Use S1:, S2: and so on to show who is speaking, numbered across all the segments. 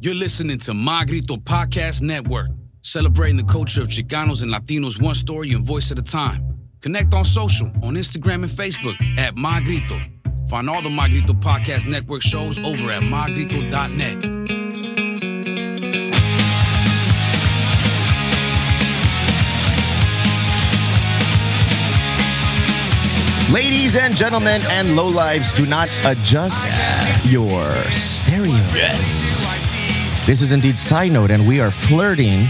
S1: You're listening to Magrito Podcast Network, celebrating the culture of Chicanos and Latinos one story and voice at a time. Connect on social, on Instagram and Facebook at Magrito. Find all the Magrito Podcast Network shows over at magrito.net.
S2: Ladies and gentlemen and low lives, do not adjust your stereo. This is indeed Side Note, and we are flirting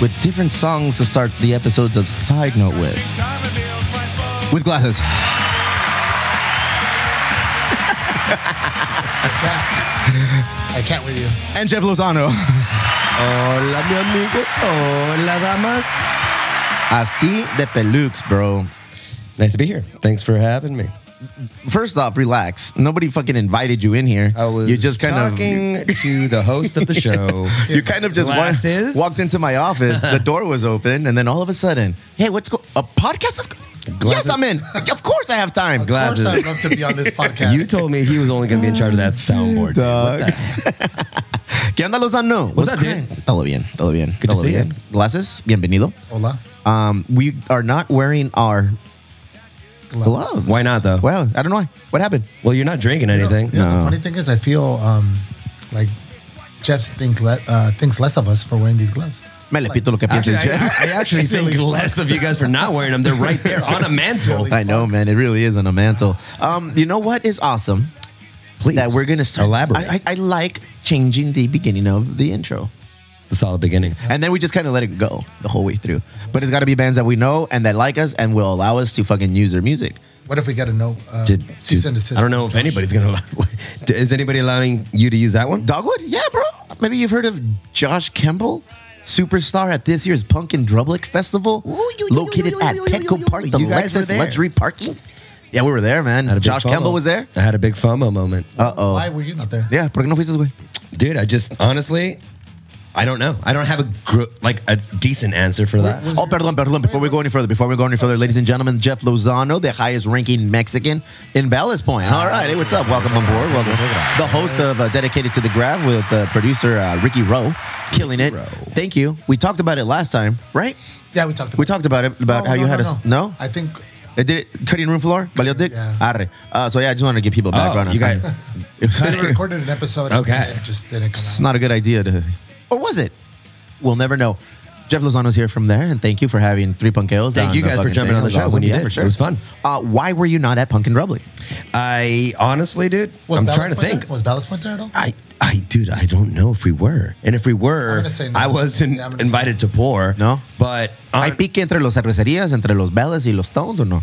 S2: with different songs to start the episodes of Side Note with. With glasses.
S3: I can't with you.
S2: And Jeff Lozano. Hola, mi amigos. Hola, damas. Así de pelux, bro.
S4: Nice to be here. Thanks for having me.
S2: First off, relax. Nobody fucking invited you in here.
S4: I was
S2: you just kind of
S4: talking to the host of the show.
S2: You kind of just wa-
S4: Glasses.
S2: walked into my office. The door was open, and then all of a sudden, hey, what's go- a podcast? Is- yes,
S4: Glasses.
S2: I'm in. Of course, I have time.
S4: Glasses.
S3: Of course, I'd love to be on this podcast.
S4: You told me he was only going to be in charge of that soundboard. dude. What the heck?
S2: ¿Qué onda los ano?
S4: What's up,
S2: creen?
S4: dude?
S2: Todo bien, todo bien.
S4: Good to
S2: todo
S4: see
S2: bien.
S4: you.
S2: Glasses, bienvenido.
S3: Hola.
S2: Um, we are not wearing our gloves.
S4: Why not though?
S2: Well, I don't know why. What happened?
S4: Well, you're not drinking anything.
S3: You know, The funny thing is, I feel um, like Jeff think le- uh, thinks less of us for wearing these gloves.
S2: Me le pito lo que
S4: Actually,
S2: pienses,
S4: I,
S2: Jeff.
S4: I actually
S3: Silly
S4: think less of you guys for not wearing them. They're right there on a mantle.
S3: Silly.
S2: I know, man. It really is on a mantle. Um, you know what is awesome?
S4: Please
S2: That we're gonna start.
S4: Elaborate.
S2: I, I, I like changing the beginning of the intro.
S4: It's a solid beginning.
S2: And then we just kind of let it go the whole way through. But it's got to be bands that we know and that like us and will allow us to fucking use their music.
S3: What if we got to know? Uh,
S4: Did,
S3: cease and desist?
S4: I don't know if anybody's gonna. allow- Is anybody allowing you to use that one?
S2: Dogwood? Yeah, bro. Maybe you've heard of Josh Kemble, superstar at this year's Punk and Drublick Festival, located at Petco Park, the
S4: You guys were
S2: Lexus
S4: there.
S2: luxury parking. Yeah, we were there, man.
S4: Had a big
S2: Josh Kemble
S4: FOMO.
S2: was there.
S4: I had a big FOMO moment.
S2: Uh
S3: Why
S2: oh.
S3: were you not there?
S2: Yeah, ¿por qué no fuiste, güey?
S4: Dude, I just honestly, I don't know. I don't have a gr- like a decent answer for that.
S3: Was
S2: Oh,
S3: your-
S2: perdón, perdón. Before we go any further, before we go any further, ladies and gentlemen, Jeff Lozano, the highest ranking Mexican in Ballast Point. All right. Hey, what's up? Welcome on board. Welcome. The host of uh, Dedicated to the Grab with uh, producer uh, Ricky Rowe. Killing it.
S4: Rowe.
S2: Thank you. We talked about it last time, right?
S3: Yeah, we talked. About
S2: We talked about it, about
S3: No,
S2: how you
S3: no,
S2: had
S3: no,
S2: us.
S3: no.
S2: No?
S3: I think
S2: It did it, cutting room floor? Valió dick?
S3: Yeah.
S2: Arre. Uh, so, yeah, I just wanted to give people background.
S4: Oh, you guys-
S3: we recorded an episode. and
S4: Okay.
S3: it just didn't
S2: It's
S3: come out.
S2: not a good idea to. Or was it? We'll never know. Jeff Lozano's here from there, and thank you for having Three Punkeos.
S4: Thank
S2: on
S4: you
S2: the
S4: guys for
S2: fucking
S4: jumping
S2: thing.
S4: on the
S2: That was
S4: show when you
S2: Yeah,
S4: did.
S2: for sure.
S4: It was fun.
S2: Uh, why were you not at Punk and Rublic?
S4: I honestly, dude,
S3: Was
S4: I'm
S3: Ballast
S4: trying to
S3: Point there?
S4: think.
S3: Was Ballast Point there at all?
S4: I, I, dude, I don't know if we were, and if we were,
S3: gonna say no.
S4: I wasn't
S3: Yeah, I'm gonna say
S4: invited to pour.
S2: No?
S4: but
S2: ¿Hay
S4: I,
S2: pique entre los cervecerías, entre los Bellas y los Stones, or no?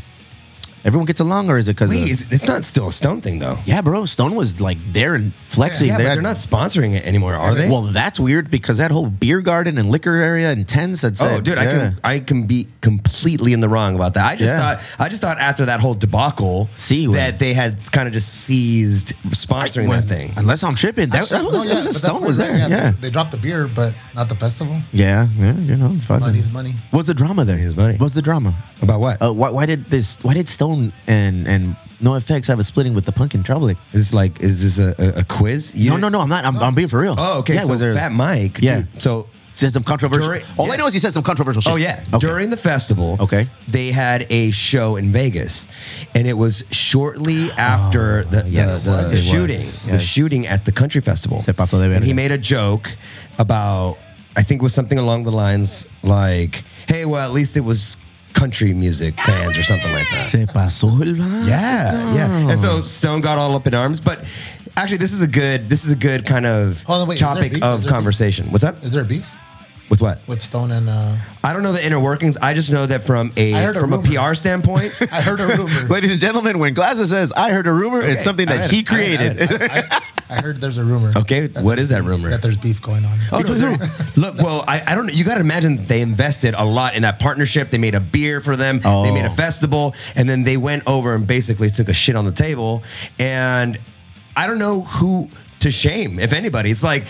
S2: Everyone gets along, or is it because.
S4: wait, is- it's not still a Stone thing though.
S2: yeah, bro, Stone was like there and flexing.
S4: Yeah, but they're not sponsoring it anymore, are they?
S2: Well, that's weird because that whole beer garden and liquor area and tents. That's
S4: Oh,
S2: it.
S4: dude, I
S2: Yeah.
S4: can I can be completely in the wrong about that. I
S2: Yeah.
S4: just thought I just thought after that whole debacle
S2: See, when-
S4: that they had kind of just seized sponsoring
S2: Well,
S4: that thing.
S2: Unless I'm tripping. That, that was,
S3: No,
S2: that was-
S3: but that's
S2: Stone
S3: what
S2: was
S3: I'm
S2: there.
S3: saying.
S2: Yeah.
S3: They, they dropped the beer, but not the festival.
S2: Yeah, yeah, you know, fucking.
S3: Money's money.
S2: What's the drama there?
S4: Money's money.
S2: What's the drama?
S4: About what?
S2: Uh, why, why did this? Why did Stone and and No Effects have a splitting with the Punk and Trouble?
S4: Is like is this a, a, a quiz? You
S2: No, no, no. I'm not. I'm, I'm being for real.
S4: Oh, okay.
S2: Yeah,
S4: so
S2: was there?
S4: Fat Mike.
S2: Yeah.
S4: dude, so
S2: said some controversial.
S4: During-
S2: All I
S4: yes.
S2: know is he said some controversial shit.
S4: Oh yeah.
S2: Okay.
S4: During the festival,
S2: Okay.
S4: they had a show in Vegas, and it was shortly after the, the-
S2: Oh, yes,
S4: the-
S2: it was.
S4: the shooting,
S2: Yes.
S4: the shooting at the country festival.
S2: Se pasó de verga.
S4: And he made a joke about, I think, it was something along the lines like, "Hey, well, at least it was country music fans or something like that."
S2: Se pasó el vato.
S4: Yeah,
S3: Oh.
S4: yeah. And so Stone got all up in arms, but. Actually, this is a good this is a good kind of
S3: Hold on, wait, is there beef?
S4: topic of
S3: Is there beef?
S4: conversation. What's up?
S3: Is there beef
S4: With what?
S3: with Stone and? Uh,
S4: I don't know the inner workings. I just know that from a,
S3: I heard a
S4: from a
S3: rumor.
S4: PR standpoint,
S3: I heard a rumor.
S2: Ladies and gentlemen, when Glasses says, "I heard a rumor," it's something
S4: I
S2: that
S4: had
S2: he
S4: it. I had it. I had
S2: created.
S3: I, I heard there's a rumor.
S4: Okay,
S3: that
S4: what
S3: there's
S4: is that
S3: beef-
S4: rumor?
S3: That there's beef going on.
S4: Oh, no, there- look, well, I, I don't know. You got to imagine that they invested a lot in that partnership. They made a beer for them,
S2: Oh.
S4: they made a festival, and then they went over and basically took a shit on the table. And I don't know who to shame, if anybody. It's like,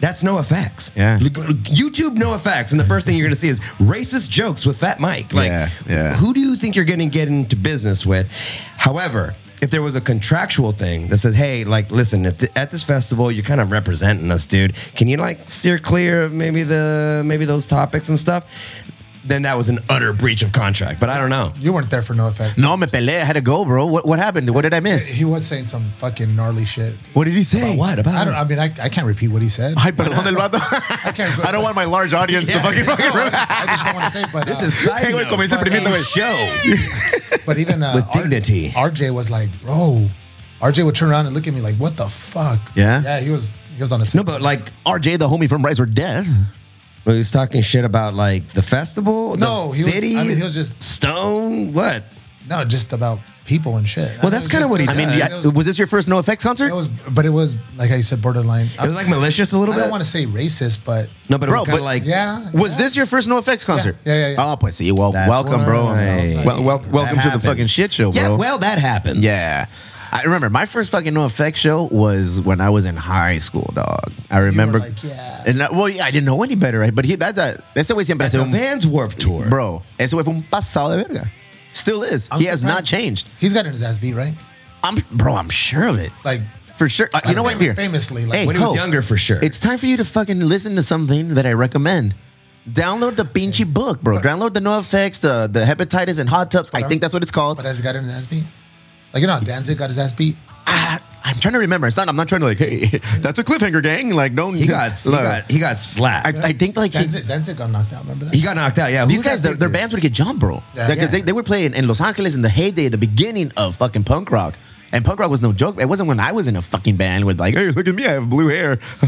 S4: that's no effects.
S2: Yeah.
S4: Look, look, YouTube no effects. And the first thing you're going to see is racist jokes with Fat Mike. Like,
S2: Yeah, yeah.
S4: who do you think you're going to get into business with? However, if there was a contractual thing that says, "Hey, like, listen, at, th- at this festival, you're kind of representing us, dude. Can you like steer clear of maybe the maybe those topics and stuff?" Then that was an utter breach of contract. But I don't know.
S3: You weren't there for no effects.
S2: No, me peleé. I had to go, bro. What, what happened? What did I miss?
S3: He was saying some fucking gnarly shit.
S2: What did he say?
S4: But what about?
S3: I don't. I mean, I, I can't repeat what he said.
S2: Ay, perdón el vato.
S3: can't go-
S2: I don't want my large audience to fucking
S3: No,
S2: fucking.
S3: I, I just don't want to say. But
S4: This
S3: uh,
S4: is side
S2: Güey,
S4: note.
S2: como dice el primito,
S4: Fucking
S2: güey.
S4: show.
S3: But even uh,
S4: With
S3: R-
S4: dignity.
S3: RJ was like, bro. RJ would turn around and look at me like, what the fuck?
S2: Yeah?
S3: Yeah. He was. He was on a.
S4: No, but like
S2: RJ, the homie from Rise or Death.
S4: he was talking shit about like the festival,
S3: No,
S4: the
S3: he was-
S4: city,
S3: I mean, he was just-
S4: stone. What?
S3: no, just about people and shit.
S4: Well, that's
S3: It was
S4: kinda
S3: just- uh,
S4: what he
S2: I mean,
S4: does.
S2: yeah,
S3: It was,
S2: was this your first No Effects concert?
S3: it was- but it was like I said, borderline.
S4: It was like malicious a
S3: I
S4: little bit.
S3: don't want to say racist, but
S4: No, but it
S2: Bro,
S4: was kind
S2: but-
S4: of like
S3: yeah.
S2: Was
S3: yeah.
S2: this your first No Effects concert?
S3: Yeah, yeah, yeah.
S2: Oh, pues sí. Well,
S4: That's
S2: welcome, bro.
S4: right.
S2: Well, well,
S4: That
S2: welcome to the
S4: happens.
S2: fucking shit show, bro.
S4: Yeah, well, that happens.
S2: Yeah. I remember my first fucking No Effects show was when I was in high school, dog. I remember.
S3: like, yeah.
S2: And I, well, yeah, I didn't know any better, right? But he that that ese güey siempre
S4: At
S2: hace
S4: the
S2: un
S4: Vans Warp Tour,
S2: bro. Ese güey fue un pasado de verga. Still is.
S3: I'm
S2: he has not
S3: surprised-
S2: changed.
S3: He's gotten his ass beat, right?
S2: I'm bro. I'm sure of it.
S3: Like,
S2: For sure. Uh, you know what?
S3: fam-
S2: Here.
S3: famously, like,
S2: Hey,
S4: When he was
S2: Ho,
S4: younger, for sure.
S2: It's time for you to fucking listen to something that I recommend. Download the Pinchy book, bro. Download the No Effects, the, the hepatitis and hot tubs. I
S3: I'm-
S2: think that's what it's called.
S3: but has he gotten his ass beat? Like, you know, how Danzig got his ass beat.
S2: Ah, I'm trying to remember. It's not. I'm not trying to like. Hey, that's a cliffhanger, gang. Like, don't.
S4: he got he
S2: Look,
S4: got he got slapped.
S2: I, I think like he,
S3: Danzig, Danzig got knocked out. Remember that?
S4: he got knocked out. Yeah,
S2: these
S4: Who's that
S2: guys, their,
S4: big
S2: their
S4: dude?
S2: bands would get jumped, bro.
S3: Yeah.
S2: because they, they were playing in Los Angeles in the heyday, the beginning of fucking punk rock. And punk rock was no joke. It wasn't when I was in a fucking band with like, hey, look at me, I have blue hair.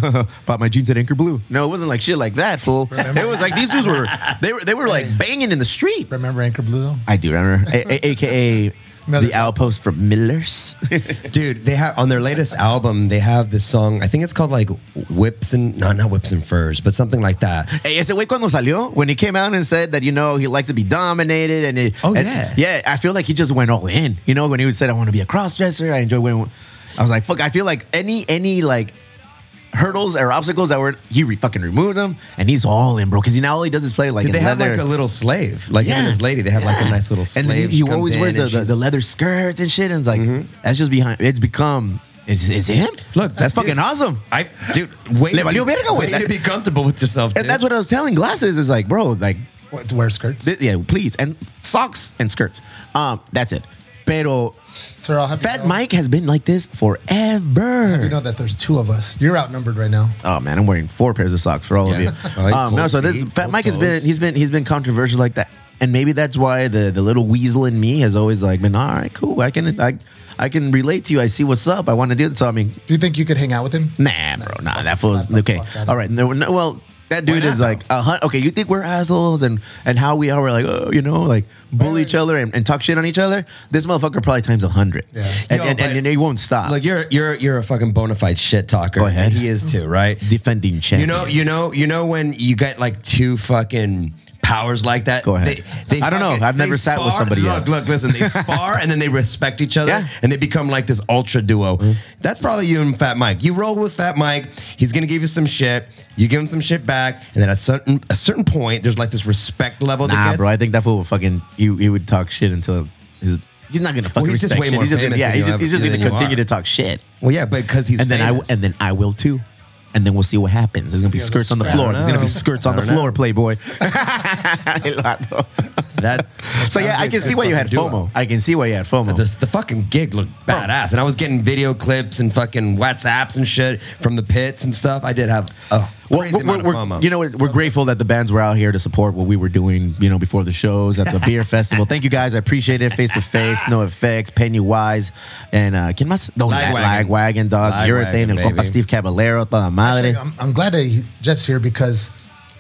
S2: Pop my jeans at anchor blue. No, it wasn't like shit like that, fool. it was like these dudes were they were they were like banging in the street.
S3: Remember Anchor Blue though?
S2: I do remember, A- A- aka the
S3: Miller's.
S2: outpost from Miller's.
S4: dude. They have on their latest album. They have this song. I think it's called like Whips and no, not Whips and Furs, but something like that.
S2: Hey, ese güey cuando salió, when he came out and said that, you know, he likes to be dominated and it,
S4: Oh,
S2: and-
S4: yeah.
S2: Yeah, I feel like he just went all in. You know, when he said, I want to be a crossdresser, I enjoy wearing, I was like, fuck, I feel like any, any like hurdles or obstacles that were, he re- fucking removed them and he's all in, bro. Cause he now all he does is play like, in
S4: Did they have
S2: leather.
S4: like a little slave? Like him and his lady, they have like a
S2: Yeah.
S4: nice little slave.
S2: And then
S4: she
S2: he, he
S4: comes
S2: always
S4: in
S2: wears the,
S4: and
S2: the, the
S4: she's-
S2: leather skirts and shit. And it's like, that's just behind, it's become, it's, it's him.
S4: Look,
S2: that's
S4: dude,
S2: fucking awesome.
S4: I, dude, wait,
S2: Le valió verga, güey.
S4: to be comfortable with yourself.
S2: and
S4: dude.
S2: that's what I was telling Glasses is like, bro, like,
S3: What, to wear skirts?
S2: Th- yeah, please. And socks and skirts. Um, that's it. Pero
S3: Sir, I'll have you
S2: Fat
S3: know-
S2: Mike has been like this
S3: You
S2: forever.
S3: know that there's two of us. You're outnumbered right now.
S2: Oh man, I'm wearing four pairs of socks for all
S4: Yeah.
S2: of you.
S4: I like
S2: Um, no,
S4: cold
S2: so this
S4: feet,
S2: Fat
S4: cold
S2: Mike has been
S4: toes.
S2: he's been he's been controversial like that, and maybe that's why the the little weasel in me has always like been all right, cool. I can I I can relate to you. I see what's up. I want to do this. So I mean,
S3: Do you think you could hang out with him?
S2: Nah, bro, nah, that fool's
S3: slap the
S2: okay.
S3: fuck out of
S2: All right, no, no, well, that dude
S4: not,
S2: is like a hun- okay. You think we're assholes and and how we are? We're like, oh, you know, like bully each other and, and talk shit on each other. This motherfucker probably times a hundred,
S3: Yeah.
S2: and,
S4: Yo,
S2: and,
S4: but-
S2: and he won't stop.
S4: Look, you're you're you're a fucking bona fide shit talker.
S2: Go ahead.
S4: And He is too, right?
S2: defending
S4: You
S2: champion.
S4: know, you know, you know when you get like two fucking powers like that.
S2: Go ahead. I don't know. I've
S4: they
S2: never sat with somebody
S4: Look,
S2: yet.
S4: look, listen. They spar and then they respect each other,
S2: Yeah. Mm-hmm.
S4: and they become like this ultra duo. That's probably you and Fat Mike. You roll with Fat Mike. He's gonna give you some shit. You give him some shit back, and then at certain a certain point, there's like this respect level. that
S2: nah,
S4: gets,
S2: bro, I think that fool will fucking he, he would talk shit until his, he's not gonna fucking
S4: he's just
S2: respect
S4: way
S2: shit.
S4: more
S2: He's just gonna,
S4: famous
S2: yeah, he's
S4: than you
S2: just,
S4: ever-
S2: he's just
S4: than
S2: gonna
S4: you
S2: continue to
S4: are.
S2: talk shit.
S4: Well, yeah, but because he's
S2: and then I w-
S4: famous.
S2: and then I will too. And then we'll see what happens. There's gonna be
S3: Yeah,
S2: skirts on the
S3: I don't
S2: floor. There's gonna be
S4: know.
S2: skirts on
S4: I
S2: the
S4: don't know.
S2: floor, Playboy. that. So yeah, I can see why you had FOMO. I can see why you had FOMO.
S4: This, the fucking gig looked badass, and I was getting video clips and fucking WhatsApps and shit from the pits and stuff. I did have a
S2: Well,
S4: crazy
S2: we're,
S4: amount
S2: we're-
S4: of FOMO.
S2: you know, we're, we're grateful that the bands were out here to support what we were doing, you know, before the shows at the beer festival. Thank you guys. I appreciate it. Face to face, no effects, Pennywise, and uh, ¿quién más? No,
S4: Lagwagon.
S2: Lagwagon, dog, Urethane,
S4: Lagwagon,
S2: and Compa
S4: baby. um,
S2: Steve Caballero, toda madre.
S3: Actually, I'm, I'm glad that he, Jeff's here because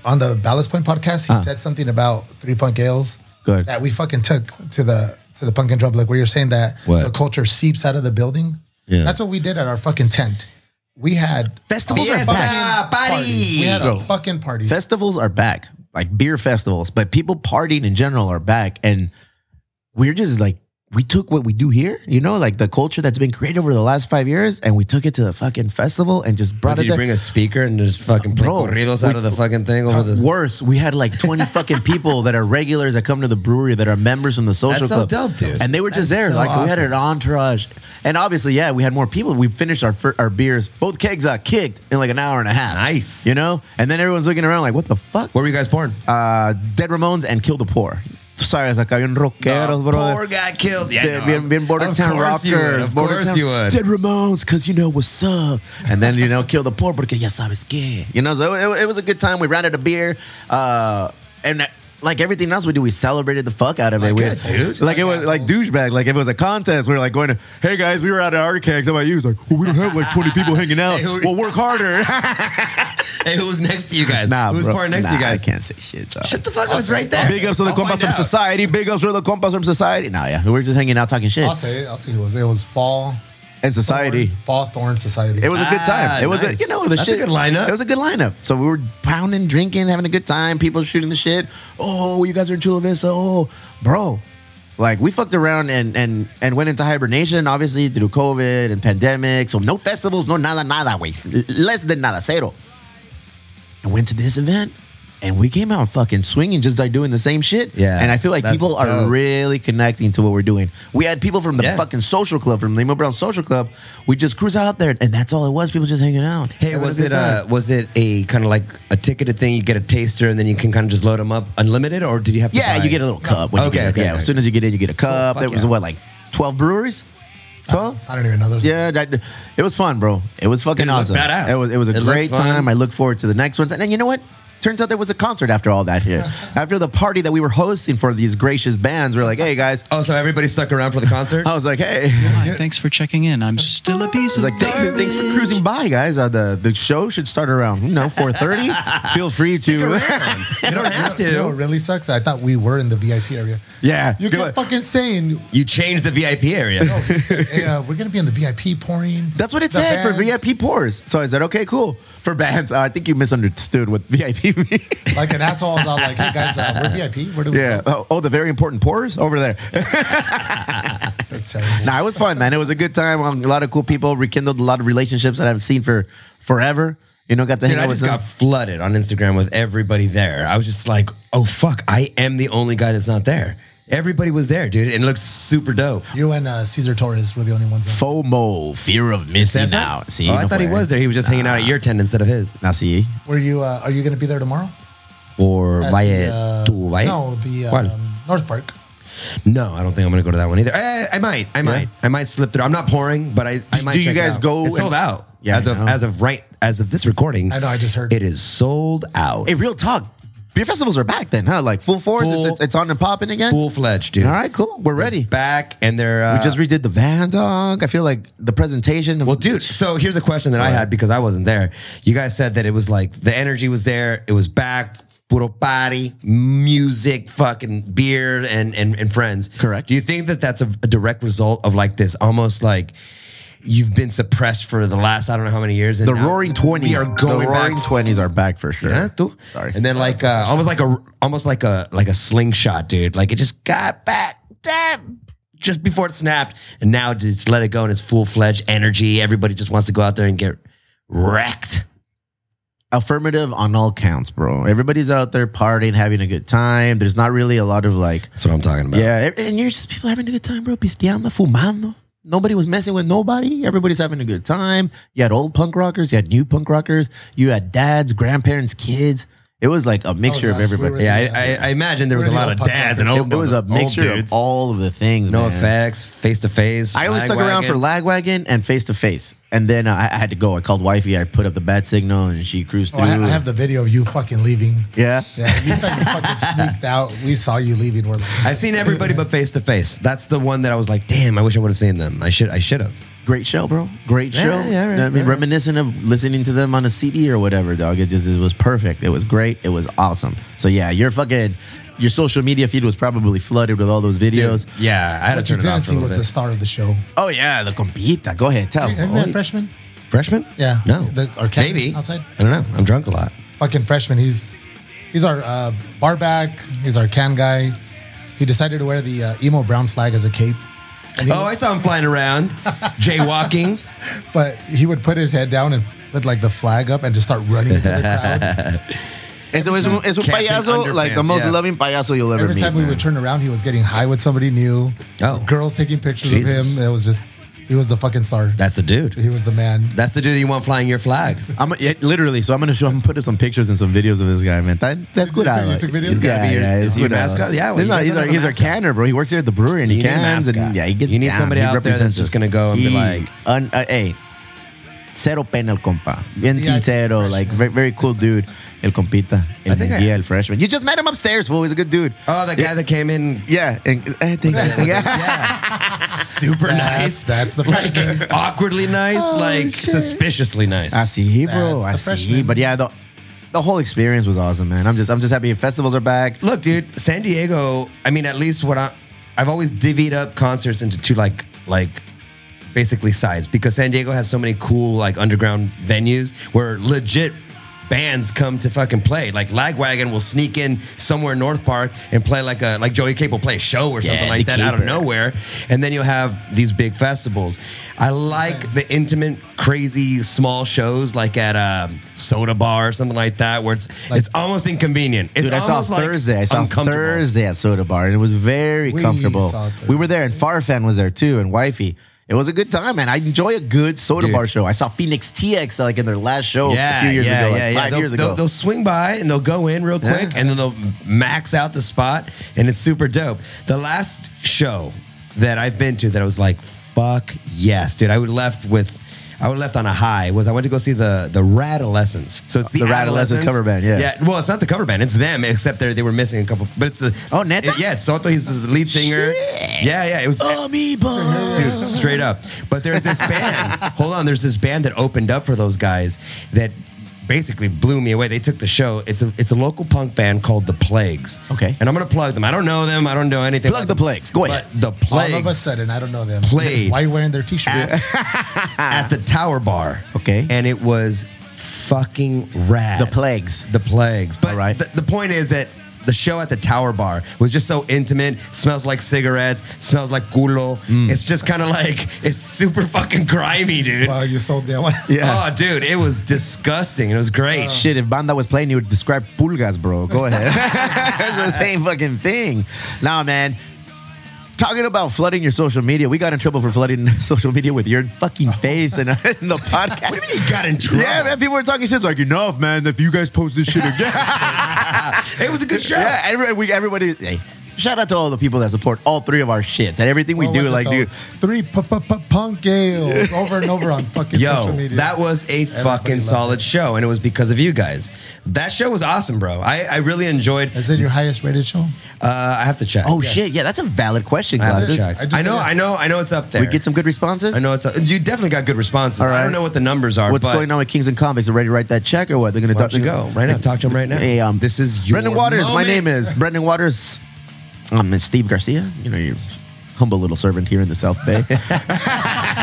S3: on the Ballast Point podcast, he
S2: Ah.
S3: said something about three punk ales
S2: Good.
S3: that we fucking took to the to the punk and drum. Like where you're saying that
S4: What?
S3: the culture seeps out of the building.
S2: Yeah.
S3: That's what we did at our fucking tent. We had
S2: Festivals are
S3: fucking
S4: back.
S3: We had
S2: Bro.
S3: a fucking party.
S2: festivals are back, like beer festivals, but people partying in general are back, and we're just like we took what we do here, you know, like the culture that's been created over the last five years, and we took it to the fucking festival and just brought
S4: Did
S2: it
S4: you
S2: there.
S4: bring a speaker and just fucking play
S2: Bro,
S4: corridos out
S2: we-
S4: of the fucking thing over the?
S2: Worse, we had like 20 fucking people that are regulars that come to the brewery that are members from the social
S4: That's so
S2: club.
S4: dope, dude.
S2: And they were just there.
S4: That's so
S2: like we had
S4: awesome.
S2: an entourage. And obviously, yeah, we had more people. We finished our fir- our beers. Both kegs got kicked in like an hour and a half.
S4: Nice.
S2: You know? And then everyone's looking around like, what the fuck?
S4: Where were you guys born?
S2: Uh, Dead Ramones and Kill the Poor. Sorry, like un rockeros, brother.
S4: uh, poor guy killed. Yeah, I
S2: They're
S4: know.
S2: being, being border
S4: Of
S2: town
S4: course
S2: rockers.
S4: you would. Of
S2: border
S4: course
S2: town,
S4: you would.
S2: Dead Ramones, because you know what's up. And then, you know, kill the poor porque ya sabes que. You know, so it, it was a good time. We rounded a beer. Uh, and uh, like everything else we do, we celebrated the fuck out of it.
S4: Like
S2: We-
S4: us, dude.
S2: Like it was like douchebag. Like if it was a contest, we were like going to, hey guys, we were out at our kegs. How about you? It's like, well, we don't have like 20 people hanging out.
S4: Hey, who-
S2: well, work harder.
S4: Hey, who was next to you guys?
S2: nah,
S4: who was
S2: bro.
S4: born next
S2: nah,
S4: to you guys?
S2: I can't say shit, though.
S4: Shut the fuck up! It's right there.
S2: Big ups to the
S4: I'll
S2: compas
S4: find
S2: from
S4: out.
S2: society. Big ups to the compas from society. Nah, yeah, we were just hanging out talking shit.
S3: I'll say it. I'll say who it was. It was Fall
S2: And society.
S3: Thorn, Fall Thorn Society.
S2: It was a good
S4: Ah,
S2: time. It was
S4: nice.
S2: a, you know the
S4: That's a
S2: shit.
S4: good lineup.
S2: It was a good lineup. So we were pounding, drinking, having a good time. People shooting the shit. Oh, you guys are in Chula Vista. Oh, bro, like we fucked around and and and went into hibernation. Obviously through COVID and pandemic, so no festivals, no nada, nada, way less than nada, cero. And went to this event. And we came out fucking swinging, just like doing the same shit.
S4: Yeah,
S2: and I feel like
S4: that's
S2: people are
S4: dope.
S2: really connecting to what we're doing. We had people from the
S4: Yeah.
S2: fucking social club, from Lima Brown Social Club. We just cruise out there, and that's all it was. People just hanging out.
S4: Hey,
S2: having a
S4: was
S2: good
S4: it uh,
S2: time.
S4: was it a kind of like a ticketed thing? You get a taster and then you can kind of just load them up unlimited, or did you have? To
S2: yeah,
S4: buy-
S2: you get a little cup. When you
S4: Okay,
S2: get it.
S4: okay,
S2: yeah.
S4: okay.
S2: As soon as you get in, you get a cup.
S4: fuck
S2: there was
S4: yeah.
S2: what, like twelve breweries? Twelve.
S3: I don't even know. There's
S2: Yeah, that, it was fun, bro. It was fucking
S4: Dude, it looked
S2: awesome.
S4: badass.
S2: It was it was a
S4: It looked
S2: great
S4: fun.
S2: time. I look forward to the next ones. And then you know what? Turns out there was a concert after all that here. after the party that we were hosting for these gracious bands, we are like, hey guys.
S4: Oh, so everybody stuck around for the concert.
S2: I was like, hey.
S5: Hi, thanks for checking in. I'm still a
S2: It's
S5: piece of
S2: like thanks,
S5: garbage.
S2: thanks for cruising by, guys. Uh, the the show should start around you know four thirty. Feel free to
S4: you don't have
S3: You know what
S4: to.
S3: really sucks? I thought we were in the VIP area.
S2: yeah.
S3: You
S2: go
S3: kept
S2: ahead.
S3: fucking saying,
S4: You changed the VIP area.
S3: hey, uh, we're going to be in the VIP pouring.
S2: That's what it
S3: the
S2: said for
S3: bands."
S2: VIP pours. So I said, okay, cool. For bands, uh, I think you misunderstood what VIP means.
S3: Like an asshole was all like, hey guys, uh, we're VIP. Where do we
S2: yeah.
S3: go?
S2: Oh, oh, the very important pours over there.
S3: That's terrible.
S2: nah, it was fun, man. It was a good time. Um, a lot of cool people rekindled a lot of relationships that I've seen for forever. You know, got to
S4: Dude,
S2: hang
S4: I
S2: out with
S4: just
S2: them.
S4: got flooded on Instagram with everybody there. I was just like, oh fuck, I am the only guy that's not there. Everybody was there, dude, and it looked super dope.
S3: You and uh, Caesar Torres were the only ones. That.
S2: FOMO, fear of missing
S4: That's it?
S2: out. See,
S4: oh, I
S2: no
S4: thought he
S2: fuera.
S4: was there. He was just hanging out at your tent instead of his.
S2: Now see,
S3: Were you? Uh, are you going to be there tomorrow?
S4: Or
S3: At
S4: Valle,
S3: the, uh,
S4: tu Valle?
S3: No, the
S4: Cuál?
S3: um, North Park.
S4: No, I don't think I'm gonna go to that one either. Eh, I might, I might,
S2: Yeah.
S4: I might slip through. I'm not pouring, but I, I might.
S2: do you
S4: check it
S2: guys
S4: out.
S2: go
S4: It's
S2: and-
S4: sold out.
S2: Yeah,
S4: as
S2: I
S4: of
S2: know.
S4: as of right as of this recording.
S3: I know, I just heard.
S4: it is sold out.
S2: hey, real talk. Beer festivals are back then, huh? Like full force.
S4: Full-
S2: it's, it's, it's on and popping again.
S4: full fledged, dude.
S2: All right, cool. We're
S4: They're
S2: ready.
S4: back, and they're uh,
S2: We just redid the Van Dog. I feel like the presentation.
S4: Well, dude, so here's a question that I had because I wasn't there. You guys said that it was like the energy was there, it was back, puro party, music, fucking beer, and and, and friends.
S2: Correct.
S4: Do you think that that's a, a direct result of like this almost like you've been suppressed for the last I don't know how many years? And
S2: the
S4: now
S2: Roaring Twenties.
S4: We are going
S2: the Roaring
S4: back.
S2: Twenties are back for sure.
S4: Huh? Tú?
S2: Sorry.
S4: And then like uh, almost like a almost like a like a slingshot, dude. Like it just got back. Damn. Just before it snapped, and now just let it go, and it's full fledged energy. Everybody just wants to go out there and get wrecked.
S2: affirmative on all counts, bro. Everybody's out there partying, having a good time. There's not really a lot of like,
S4: That's what I'm talking about.
S2: yeah, and- and you're just people having a good time, bro. Pisteando, fumando. Nobody was messing with nobody. Everybody's having a good time. You had old punk rockers, you had new punk rockers, you had dads, grandparents, kids. It was like a mixture of
S3: us. We
S2: everybody.
S3: were-
S4: yeah. I, I, I imagine there was a
S3: Really
S4: lot
S3: old
S4: of
S3: punk
S4: dads and
S3: rockers.
S4: old.
S2: It, it was a
S4: old
S2: mixture of
S4: dudes.
S2: all of the things. man.
S4: No effects, face to face.
S2: I only stuck around for Lagwagon and Face to Face. And then uh, I I had to go. I called wifey. I put up the bat signal and she cruised
S3: Oh,
S2: through.
S3: I, I have the video of you fucking leaving.
S2: yeah.
S3: Yeah, you thought you fucking sneaked out. We saw you leaving. We're like,
S4: I've seen everybody but face to face. That's the one that I was like, damn, I wish I would have seen them. I should, I should have.
S2: Great show, bro. Great
S4: Yeah,
S2: show.
S4: yeah, right,
S2: You know what I mean,
S4: right.
S2: reminiscent of listening to them on a CD or whatever, dog. It just it was perfect. It was great. It was awesome. So yeah, your fucking your social media feed was probably flooded with all those videos.
S4: Yeah, I had
S3: what
S4: to turn
S3: you
S4: it
S3: didn't
S4: off for a
S3: see
S4: little
S3: was
S4: bit. Oh,
S3: the star of the show.
S2: Oh yeah, the compita. Go ahead, tell.
S3: Have you
S2: me.
S3: met freshman?
S4: Freshman?
S3: Yeah.
S4: No.
S3: The- or cabin
S4: Maybe.
S3: outside?
S4: I don't know. I'm drunk a lot.
S3: Fucking freshman. He's he's our uh, bar back. He's our can guy. He decided to wear the uh, emo brown flag as a cape. And he
S4: Oh, I saw him flying around, jaywalking.
S3: But he would put his head down and put like the flag up and just start running into the crowd.
S6: Es, es, un- es un
S4: Captain
S6: payaso, like the
S4: Underpants,
S6: most
S4: yeah.
S6: loving payaso you'll ever
S3: Every
S6: meet.
S3: time we
S6: man.
S3: would turn around, he was getting high with somebody new.
S4: Oh.
S3: Girls taking pictures
S4: Jesus.
S3: of him. It was just, he was the fucking star.
S4: That's the dude.
S3: he was the man.
S4: That's the dude you want flying your flag.
S2: I'm yeah, literally. So I'm gonna show. I'm gonna put some pictures and some videos of this guy, man. That, that's
S3: You
S2: good.
S3: took- you took videos? He's
S4: gotta
S2: yeah,
S4: be your-
S2: yeah,
S4: is
S2: it's
S4: he your
S2: good, uh,
S4: mascot? Yeah, well,
S2: he's,
S4: you
S2: our-
S4: guys
S2: he's
S4: don't
S2: our,
S4: have a
S2: he's our
S4: mascot.
S2: canner, bro. He works here at the brewery and he
S4: You need a
S2: cans
S4: mascot.
S2: and yeah, he gets.
S4: You need
S2: down.
S4: somebody
S2: He
S4: out there that's
S2: represents
S4: just
S2: us.
S4: gonna go and be
S2: He-
S4: like-
S2: un, uh, hey, cero pena el compa, bien
S3: Yeah,
S2: sincero,
S3: freshman.
S2: like very, very cool dude, el compita, el
S4: think I-
S2: yeah, el freshman. You just met him upstairs, fool. He's a good dude.
S4: Oh, that guy that came in.
S2: Yeah, and, uh, thank you. yeah.
S4: Yeah. Super
S3: That's,
S4: nice.
S3: that's the Oh, freshman.
S4: Awkwardly nice, like suspiciously nice.
S2: I see, Ah, bro.
S3: That's
S2: I
S3: the
S2: see.
S3: freshman.
S2: But yeah, the the whole experience was awesome, man. I'm just I'm just happy festivals are back.
S4: Look, dude, San Diego. I mean, at least what I, I've always divvied up concerts into two like like basically sides because San Diego has so many cool like underground venues where legit bands come to fucking play. Like Lagwagon will sneak in somewhere in North Park and play like a like Joey Cape will play a show or something like that out of nowhere. And then you'll have these big festivals. I like the intimate, crazy, small shows like at a soda bar or something like that where it's
S3: Like-
S4: it's almost inconvenient. It's
S2: Dude, I saw
S4: almost, like,
S2: Thursday. I saw
S4: uncomfortable.
S2: Thursday at Soda Bar, and it was very
S3: We
S2: comfortable.
S3: saw
S2: We were there, and Farfan was there too, and Wifey. It was a good time, man. I enjoy a good Soda
S4: Dude.
S2: Bar show. I saw Phoenix TX like in their last show
S4: Yeah,
S2: a few years
S4: yeah,
S2: ago, like
S4: yeah, yeah.
S2: 5
S4: They'll-
S2: years
S4: they'll-
S2: ago.
S4: They'll swing by and they'll go in real quick, and then they'll max out the spot, and it's super dope. The last show that I've been to that I was like, "Fuck yes, dude!" I would left with. I would left on a high was I went to go see the the Radolescence. So it's the,
S2: The Radolescence
S4: Adolescents.
S2: cover band, yeah.
S4: Yeah, well, it's not the cover band, it's them except they they were missing a couple but it's the
S2: Oh, neta? Oh,
S4: it- yeah, Soto he's the lead singer. Yeah, yeah, it was Dude, straight up. But there's this band. hold on, there's this band that opened up for those guys that basically blew me away. They took the show. It's a it's a local punk band called The Plagues.
S2: Okay.
S4: And I'm gonna plug them. I don't know them. I don't know anything.
S2: Plug
S4: about
S2: The
S4: them.
S2: Plagues. Go ahead.
S4: But the Plagues
S3: All of a sudden, I don't know them.
S4: Played.
S3: Why are you wearing their t shirt?
S4: at the Tower Bar.
S2: Ah. Okay.
S4: And it was fucking rad.
S2: The Plagues.
S4: The plagues. But
S2: All right.
S4: the, the point is that the show at the Tower Bar was just so intimate. Smells like cigarettes. Smells like culo.
S2: Mm.
S4: It's just kind of like it's super fucking grimy, dude.
S3: Wow, you sold that one.
S2: yeah.
S4: Oh, dude, it was disgusting. It was great.
S2: Shit, if Banda was playing, you would describe pulgas, bro. Go ahead. That's the same fucking thing. Nah, man. Talking about flooding your social media, we got in trouble for flooding social media with your fucking face and in the podcast.
S4: What do you mean you got in trouble?
S2: Yeah, man, people were talking shit like, enough, man, if you guys post this shit again.
S4: It was a good show.
S2: Yeah, every, we, everybody. Hey, shout out to all the people that support all three of our shits and everything we
S3: What was
S2: do.
S3: it,
S2: Like,
S3: though?
S2: dude,
S3: Three p- p- p- punk gales over and over on fucking
S4: Yo,
S3: social media.
S4: that was a
S3: Everybody
S4: fucking
S3: loved
S4: solid
S3: it.
S4: show, and it was because of you guys. That show was awesome, bro. I, I really enjoyed.
S3: Is it your highest rated show?
S4: Uh, I have to check.
S2: oh shit, yeah, that's a valid question,
S4: I have
S2: glasses.
S4: to check.
S3: I just
S4: I know,
S3: said-
S4: I know, I know. It's up there.
S2: We get some good responses.
S4: I know it's. You definitely got good responses.
S2: All
S4: I
S2: right.
S4: don't know what the numbers are.
S2: What's
S4: but
S2: going on with Kings and Convicts? Are ready to write that check or what? They're gonna
S4: Why
S2: talk
S4: don't you go right now? Talk to him right now.
S2: Hey, um,
S4: this is your
S2: Brendan Waters.
S4: moment.
S2: My name is Brendan Waters. I'm Steve Garcia. You know, your humble little servant here in the South Bay.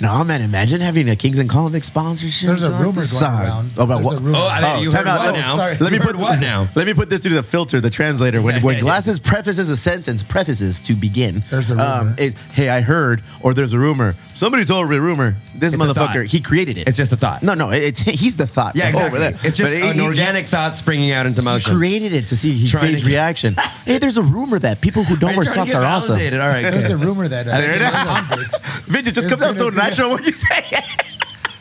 S2: no, man, imagine having a Kings and Convicts sponsorship.
S3: There's a
S2: on
S3: rumor
S2: the
S3: going
S2: side.
S3: around.
S2: Oh, about
S3: There's
S2: what?
S3: a rumor.
S4: Oh, I mean,
S2: Oh,
S4: you
S2: time
S4: heard
S2: out.
S4: what
S2: Oh,
S4: now?
S3: sorry.
S4: Let me put what now.
S2: Let me put this through the filter, the translator. When, when Glasses prefaces a sentence, prefaces to begin. um,
S3: There's a rumor.
S2: it- hey, I heard, or there's a rumor. Somebody told me a rumor. This
S4: It's a
S2: motherfucker,
S4: thought.
S2: he created it.
S4: It's just a thought.
S2: No, no, it, it- he's the thought.
S4: Yeah,
S2: Over
S4: exactly.
S2: there.
S4: It's just
S2: But
S4: an
S2: he-
S4: organic thought springing out into
S2: He, he
S4: motion.
S2: created it to see he
S4: Trying to
S2: gauge
S4: get-
S2: reaction. hey, there's a rumor that people who don't
S4: Are
S2: wear
S4: you trying
S2: socks
S4: to get
S2: are awesome.
S4: validated? All right,
S3: There's
S4: good.
S3: a rumor that uh,
S2: There it
S3: Kings
S2: is.
S3: and Convicts-
S2: Vince, it just comes out so natural when you say it.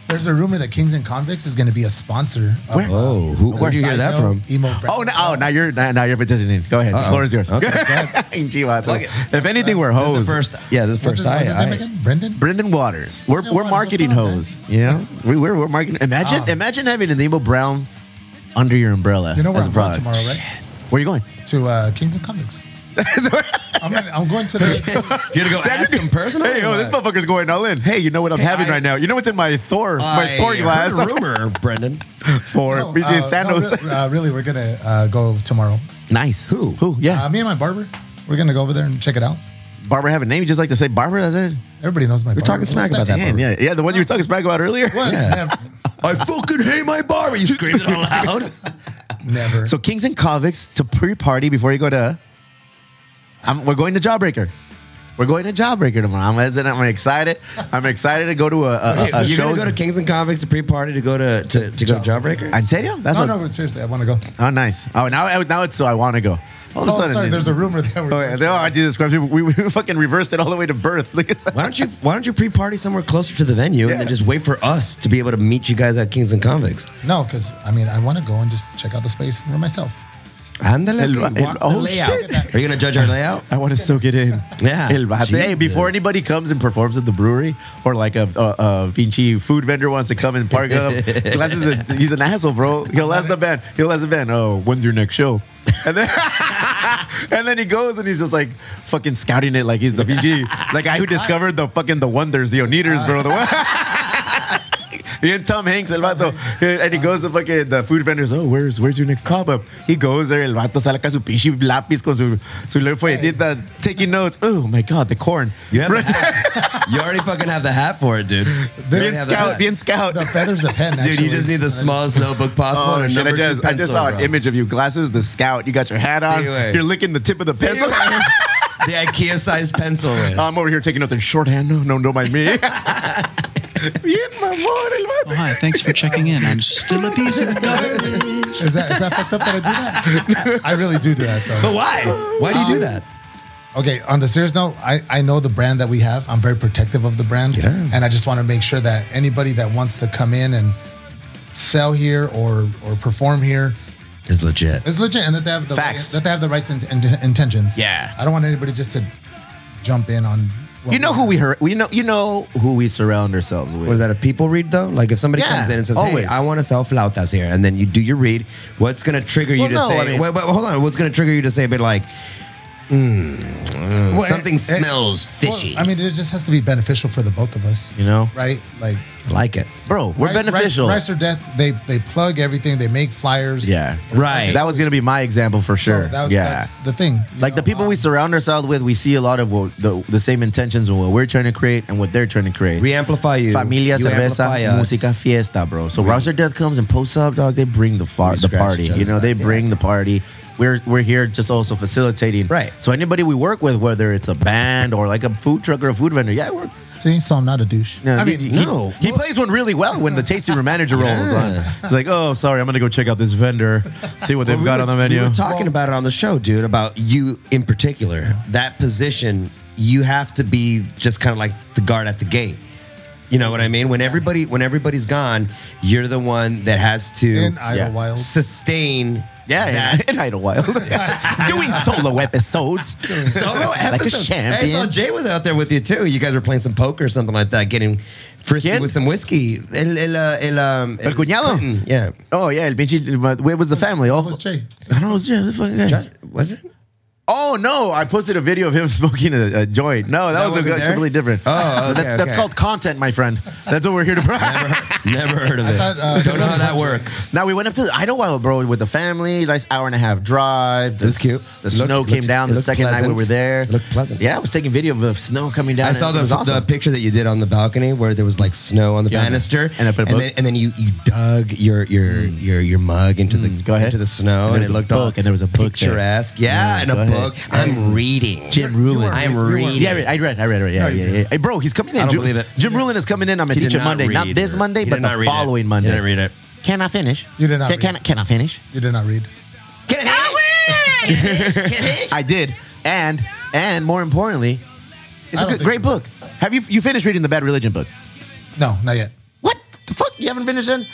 S3: There's a rumor that Kings and Convicts is going to be a sponsor. Of,
S2: Where-
S4: Oh, who-
S3: of
S4: where'd you hear
S3: Side
S4: that
S3: Note,
S4: from?
S3: Emo
S2: Oh,
S3: Breakfast.
S2: no, oh, now you're now, now you're petitioning. Go ahead. The floor is yours.
S4: Okay, go
S2: Chihuahua.
S4: Look it.
S2: if anything, we're
S4: This is
S2: hoes.
S4: the first. Yeah, this is the
S3: What's
S4: first.
S3: his, what's his
S4: I-
S3: name
S4: I-
S3: again? Brendan?
S2: Brendan Waters. We're,
S3: Brendan
S2: we're
S3: Waters,
S2: marketing
S3: what's wrong,
S2: hoes. You know, we, we're, we're marketing. Imagine
S3: Oh.
S2: imagine having a Nemo Brown under your umbrella.
S3: You know where
S2: as a
S3: I'm going
S2: product.
S3: tomorrow, right?
S2: Shit. Where are you going?
S3: to uh, Kings and Convicts. I'm, gonna, I'm going to the.
S4: You're gonna go ask him personally.
S2: Hey, yo, this motherfucker's going all in. Hey, you know what I'm having
S4: I-
S2: right now? You know what's in my Thor, my Thor glass?
S4: Heard a rumor, Brendan.
S2: Thor,
S3: No,
S2: BJ
S3: uh, no,
S2: Thanos.
S3: re- uh, really, we're going to uh, go tomorrow.
S2: nice. Who? Who? Yeah.
S3: Uh, me and my barber, we're going to go over there and check it out.
S2: Barbara have a name. You just like to say Barbara. That's it.
S3: Everybody knows my
S4: We're
S3: barber.
S4: talking smack about that.
S2: Damn.
S4: Barbara.
S2: Yeah. Yeah. The one you were talking smack about earlier.
S3: What?
S4: I fucking hate my barber. You screamed it all loud.
S3: Never.
S2: So Kings and Convicts to pre-party before you go to. I'm, we're going to Jawbreaker. We're going to Jawbreaker tomorrow. I'm, I'm excited. I'm excited to go to a, a, a- a
S4: You're
S2: Uh, show.
S4: gonna go to Kings and Convicts to pre-party to go to to, to go to Jawbreaker.
S2: En serio? That's
S3: No,
S2: what-
S3: no, but seriously, I want to go.
S2: Oh, nice. Oh, now now it's so I want to go. All of a
S3: Oh,
S2: sudden,
S3: sorry, there's a rumor that we're
S2: Oh, yeah. oh Jesus Christ! We, we fucking reversed it all the way to birth. Look at that.
S4: Why don't you Why don't you pre-party somewhere closer to the venue and
S2: Yeah.
S4: then just wait for us to be able to meet you guys at Kings and Convicts?
S3: No, because I mean, I want to go and just check out the space for myself.
S4: Andale,
S2: El-
S4: okay,
S2: el-
S4: walk the
S2: oh,
S4: layout.
S3: shit.
S4: Are you gonna judge our layout?
S2: I want to soak it in.
S4: Yeah.
S2: El vato. Hey, before
S4: Jesus.
S2: anybody comes and performs at the brewery, or like a, a, a Vinci food vendor wants to come and park up, Les is a, he's an asshole, bro. He'll ask the band. He'll ask the band. Oh, when's your next show? And then, and then he goes and he's just like fucking scouting it like he's the VG, the guy who discovered the fucking the wonders, the Oneters, bro. The one- He and Tom Hanks, el vato. And he goes to fucking the food vendors. Oh, where's where's your next pop up? He goes there, el vato sale acá su pichi lápiz con su, su little folletita, taking notes. Oh my God, the corn.
S4: You, have the hat. you already fucking have the hat for it, dude. You already
S2: Bien
S4: have the
S2: scout,
S4: hat.
S2: bien scout.
S3: The feathers of pen. Actually.
S4: Dude, you just need the smallest notebook possible.
S2: Oh,
S4: and a
S2: shit, I
S4: number two
S2: just, I just
S4: pencil,
S2: saw an
S4: bro.
S2: image of you. Glasses, the scout. You got your hat on.
S4: you later.
S2: You're licking the tip of the pencil. Um,
S4: the IKEA sized pencil. man.
S2: I'm over here taking notes in shorthand. No, no, don't mind me. Bien, mamón, el vato.
S5: Oh, hi. Thanks for checking in. I'm still a piece of garbage.
S3: Is that, is that fucked up that I do that? I really do do that though.
S4: why? Why do you
S2: um,
S4: do that?
S3: Okay, on the serious note, I, I know the brand that we have. I'm very protective of the brand.
S4: Yeah.
S3: And I just want to make sure that anybody that wants to come in and sell here or or perform here
S4: It's legit.
S3: is legit and that they have the
S2: Facts.
S3: that they have the right in, in- intentions.
S2: Yeah.
S3: I don't want anybody just to jump in on what
S2: You know who we hurt. You know, you know who we surround ourselves with.
S4: What is that a people read though? Like if somebody
S2: Yeah,
S4: comes in and says,
S2: always.
S4: "Hey, I want to sell flautas here," and then you do your read, what's gonna trigger you
S2: Well,
S4: to
S2: no,
S4: say?
S2: I mean-
S4: wait, wait, hold on, what's gonna trigger you to say? But like, "Hmm,
S3: Well,
S4: something
S3: it- it-
S4: smells
S3: well,
S4: fishy.
S3: I mean, it just has to be beneficial for the both of us.
S2: You know?
S3: right? Like
S4: like it.
S2: Bro, we're
S3: Rice-
S2: beneficial.
S3: Rice, rice or death. They they plug everything. They make flyers.
S2: yeah.
S4: Right.
S2: That was going to be my example for
S3: So
S2: sure.
S3: that-
S2: yeah.
S3: that's the thing. you
S2: like the
S3: know,
S2: people we
S3: um,
S2: surround ourselves with, we see a lot of what, the, the same intentions and what we're trying to create and what they're trying to create.
S4: Re-amplify you.
S2: Familia,
S4: You amplify
S2: cerveza,
S4: us.
S2: música, fiesta, bro. So Roster Death comes and posts up, dog. They bring the far, the
S4: scratch
S2: party.
S4: each other's
S2: You know, they
S4: backs, yeah.
S2: bring the party. We're, we're here just also facilitating.
S4: Right.
S2: So anybody we work with, whether it's a band or like a food truck or a food vendor, yeah, we're
S3: Um, See, so I'm not a douche.
S2: No,
S3: I mean,
S2: he, he-
S4: no.
S2: He, plays one really well when the tasting room manager rolls on. He's like, oh, sorry, I'm going to go check out this vendor, see what they've
S4: We
S2: got on
S4: were-
S2: the menu.
S4: We were talking about it on the show, dude, about you in particular. That position, you have to be just kind of like the guard at the gate. You know what I mean? When everybody when everybody's gone, you're the one that has to
S3: in Idlewild.
S4: sustain
S2: yeah,
S4: that
S2: yeah, in Idlewild. Doing solo episodes.
S4: solo episode.
S2: Like a
S4: Hey, I saw
S2: champion.
S4: Jay was out there with you too. You guys were playing some poker or something like that, getting frisky
S2: Kid?
S4: with some whiskey. El, el, uh, el, um,
S2: El cuñado?
S4: Clinton, Yeah.
S2: Oh, yeah, el pinche, but where was the family? Oh,
S3: It was Jay.
S2: I don't know, it was Jay, this fucking guy.
S4: Just, was it?
S2: Oh, no, I posted a video of him smoking a, a joint. No, that,
S4: That
S2: was a,
S4: wasn't there?
S2: completely different.
S4: Oh, okay,
S2: That- That's
S4: okay.
S2: called content, my friend. That's what we're here to
S4: Never heard of it.
S3: thought, uh,
S4: Don't know how that works.
S2: Now we went up to Idlewild, bro, with the family. Nice hour and a half drive. The,
S4: was
S2: s-
S4: cute.
S2: The
S4: It
S2: snow
S4: looked-
S2: came
S4: looked-
S2: down
S4: it
S2: the
S4: looked
S2: second night we
S4: pleasant.
S2: were there.
S4: It looked pleasant.
S2: Yeah, I was taking video of the snow coming down.
S4: I
S2: and
S4: saw
S2: it
S4: the,
S2: was awesome.
S4: the picture that you did on the balcony where there was like snow on the
S2: Yeah,
S4: banister,
S2: and I put a book.
S4: then and then you you dug your your your your mug into the
S2: Mm. go ahead.
S4: into the snow,
S2: And
S4: and,
S2: there was
S4: it
S2: a
S4: looked
S2: book,
S4: all
S2: and there was a book there.
S4: picturesque. Yeah,
S2: Yeah,
S4: and
S2: go
S4: a
S2: ahead.
S4: book. I'm reading.
S2: Jim Rulin.
S4: I'm
S2: You were-
S4: reading.
S2: Yeah, I read. I read. I read. Yeah, yeah, yeah, Hey, bro, he's coming in.
S4: I don't
S2: Jim,
S4: believe it.
S2: Jim Rulin is coming in. I'm a
S4: He did
S2: teacher
S4: not
S2: Monday, not
S4: read
S2: this
S4: it.
S2: Monday,
S4: He
S2: but
S4: did
S2: the
S4: not read it.
S2: following
S4: He
S2: Monday.
S4: didn't read it.
S2: Can I finish?
S3: You did not
S2: Can,
S3: read
S2: can, I-
S3: it.
S2: can I finish?
S3: You did not read.
S4: Can I read?
S2: I did, and and more importantly, it's
S3: I
S2: a
S3: don't
S2: good,
S3: think
S2: great
S3: so.
S2: book. Have you you finished reading the Bad Religion book?
S3: No, not yet.
S2: What the fuck? You haven't finished it?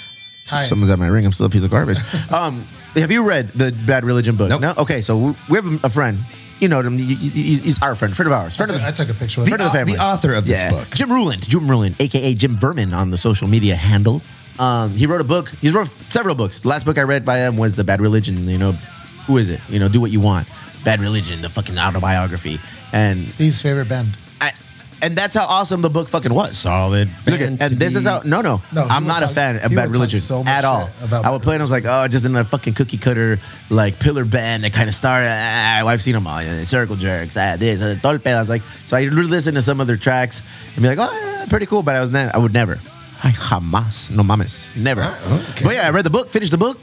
S3: Hi.
S2: Someone's at my ring. I'm still a piece of garbage. um, have you read the Bad Religion book?
S4: Nope.
S2: No. Okay, so we, we have a friend. You know him. He- he- He's our friend, friend of ours,
S3: I
S2: friend of
S3: took, I
S2: the,
S3: took a picture with
S2: friend
S3: it.
S2: of the
S4: au- the
S2: family,
S4: author of this book.
S2: Jim Ruland, Jim Ruland, aka Jim Vermin, on the social media handle. Um, he wrote a book. He's wrote several books. The last book I read by him was the Bad Religion. You know, who is it? You know, do what you want. Bad Religion, the fucking autobiography, and
S3: Steve's favorite band.
S2: I, and that's how awesome the book fucking was.
S4: Solid.
S2: Look at,
S4: band
S2: and
S4: to
S2: this is
S4: be-
S2: how no no,
S3: No, he
S2: I'm
S3: would
S2: not a
S3: talk-
S2: fan of
S3: he
S2: bad
S3: would talk
S2: religion
S3: so much
S2: at all.
S3: shit about
S2: I
S3: Bad
S2: would play and I was like, oh, just another fucking cookie cutter like pillar band that kind of started. Ah, I've seen them all, yeah, circle jerks, ah, this, ah, todo el pedo. I was like, so I would listen to some of their tracks and be like, oh, yeah, pretty cool, but I was not, I would never. I jamás, no mames, never.
S4: Ah, okay.
S2: But yeah, I read the book, finished the book.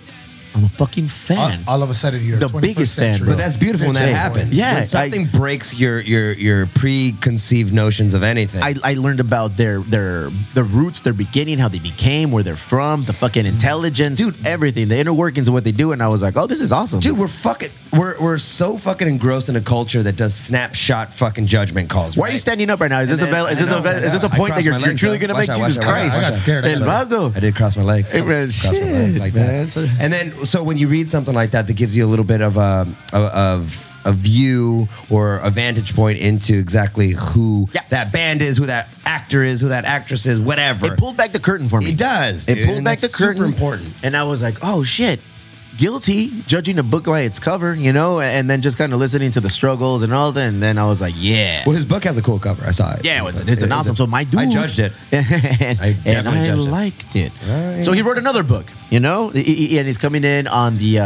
S2: I I'm a fucking fan.
S3: all, all of a sudden you're
S2: The
S3: 21st
S2: biggest fan,
S3: century.
S2: bro.
S4: But that's beautiful when that
S2: Hey,
S4: happens.
S2: yeah, I-
S4: when something breaks your your your preconceived notions of anything.
S2: I, I learned about their their their roots, their beginning, how they became, where they're from, the fucking intelligence,
S4: Dude.
S2: everything, the inner workings of what they do, and I was like, oh, this is awesome,
S4: Dude, we're fucking we're we're so fucking engrossed in a culture that does snapshot fucking judgment calls.
S2: Why are
S4: right?
S2: you standing up right now? Is this
S4: And
S2: a
S4: then-
S2: val- is
S4: I
S2: this a
S4: know,
S2: val-
S4: I
S2: is this a
S4: know. I
S2: point that
S4: crossed
S2: you're,
S4: my
S2: you're
S4: legs,
S2: truly
S4: though.
S2: gonna
S4: Watch
S2: make?
S4: out,
S2: Jesus
S4: watch out, watch
S2: Christ,
S4: out,
S3: I got scared. I got
S2: Elvado.
S4: I did cross my legs.
S2: Hey, man,
S4: Crossed
S2: shit,
S4: my legs like
S2: man.
S4: that. And then, so when you read something like that, that gives you a little bit of a of a view or a vantage point into exactly who
S2: Yeah.
S4: that band is, who that actor is, who that actress is, whatever.
S2: It pulled back the curtain for me.
S4: It does,
S2: It
S4: dude,
S2: pulled
S4: and
S2: back the
S4: that's
S2: curtain.
S4: super important.
S2: And I was like, oh shit, guilty judging a book by its cover, you know, and then just kind of listening to the struggles and all that. And then I was like, yeah.
S4: well, his book has a cool cover. I saw it.
S2: yeah, it's, it's an awesome. So my dude,
S4: I judged it.
S2: and
S4: I
S2: I,
S4: definitely judged it. Uh,
S2: liked it.
S4: Right.
S2: So he wrote another book, you know, He- he- and he's coming in on the uh,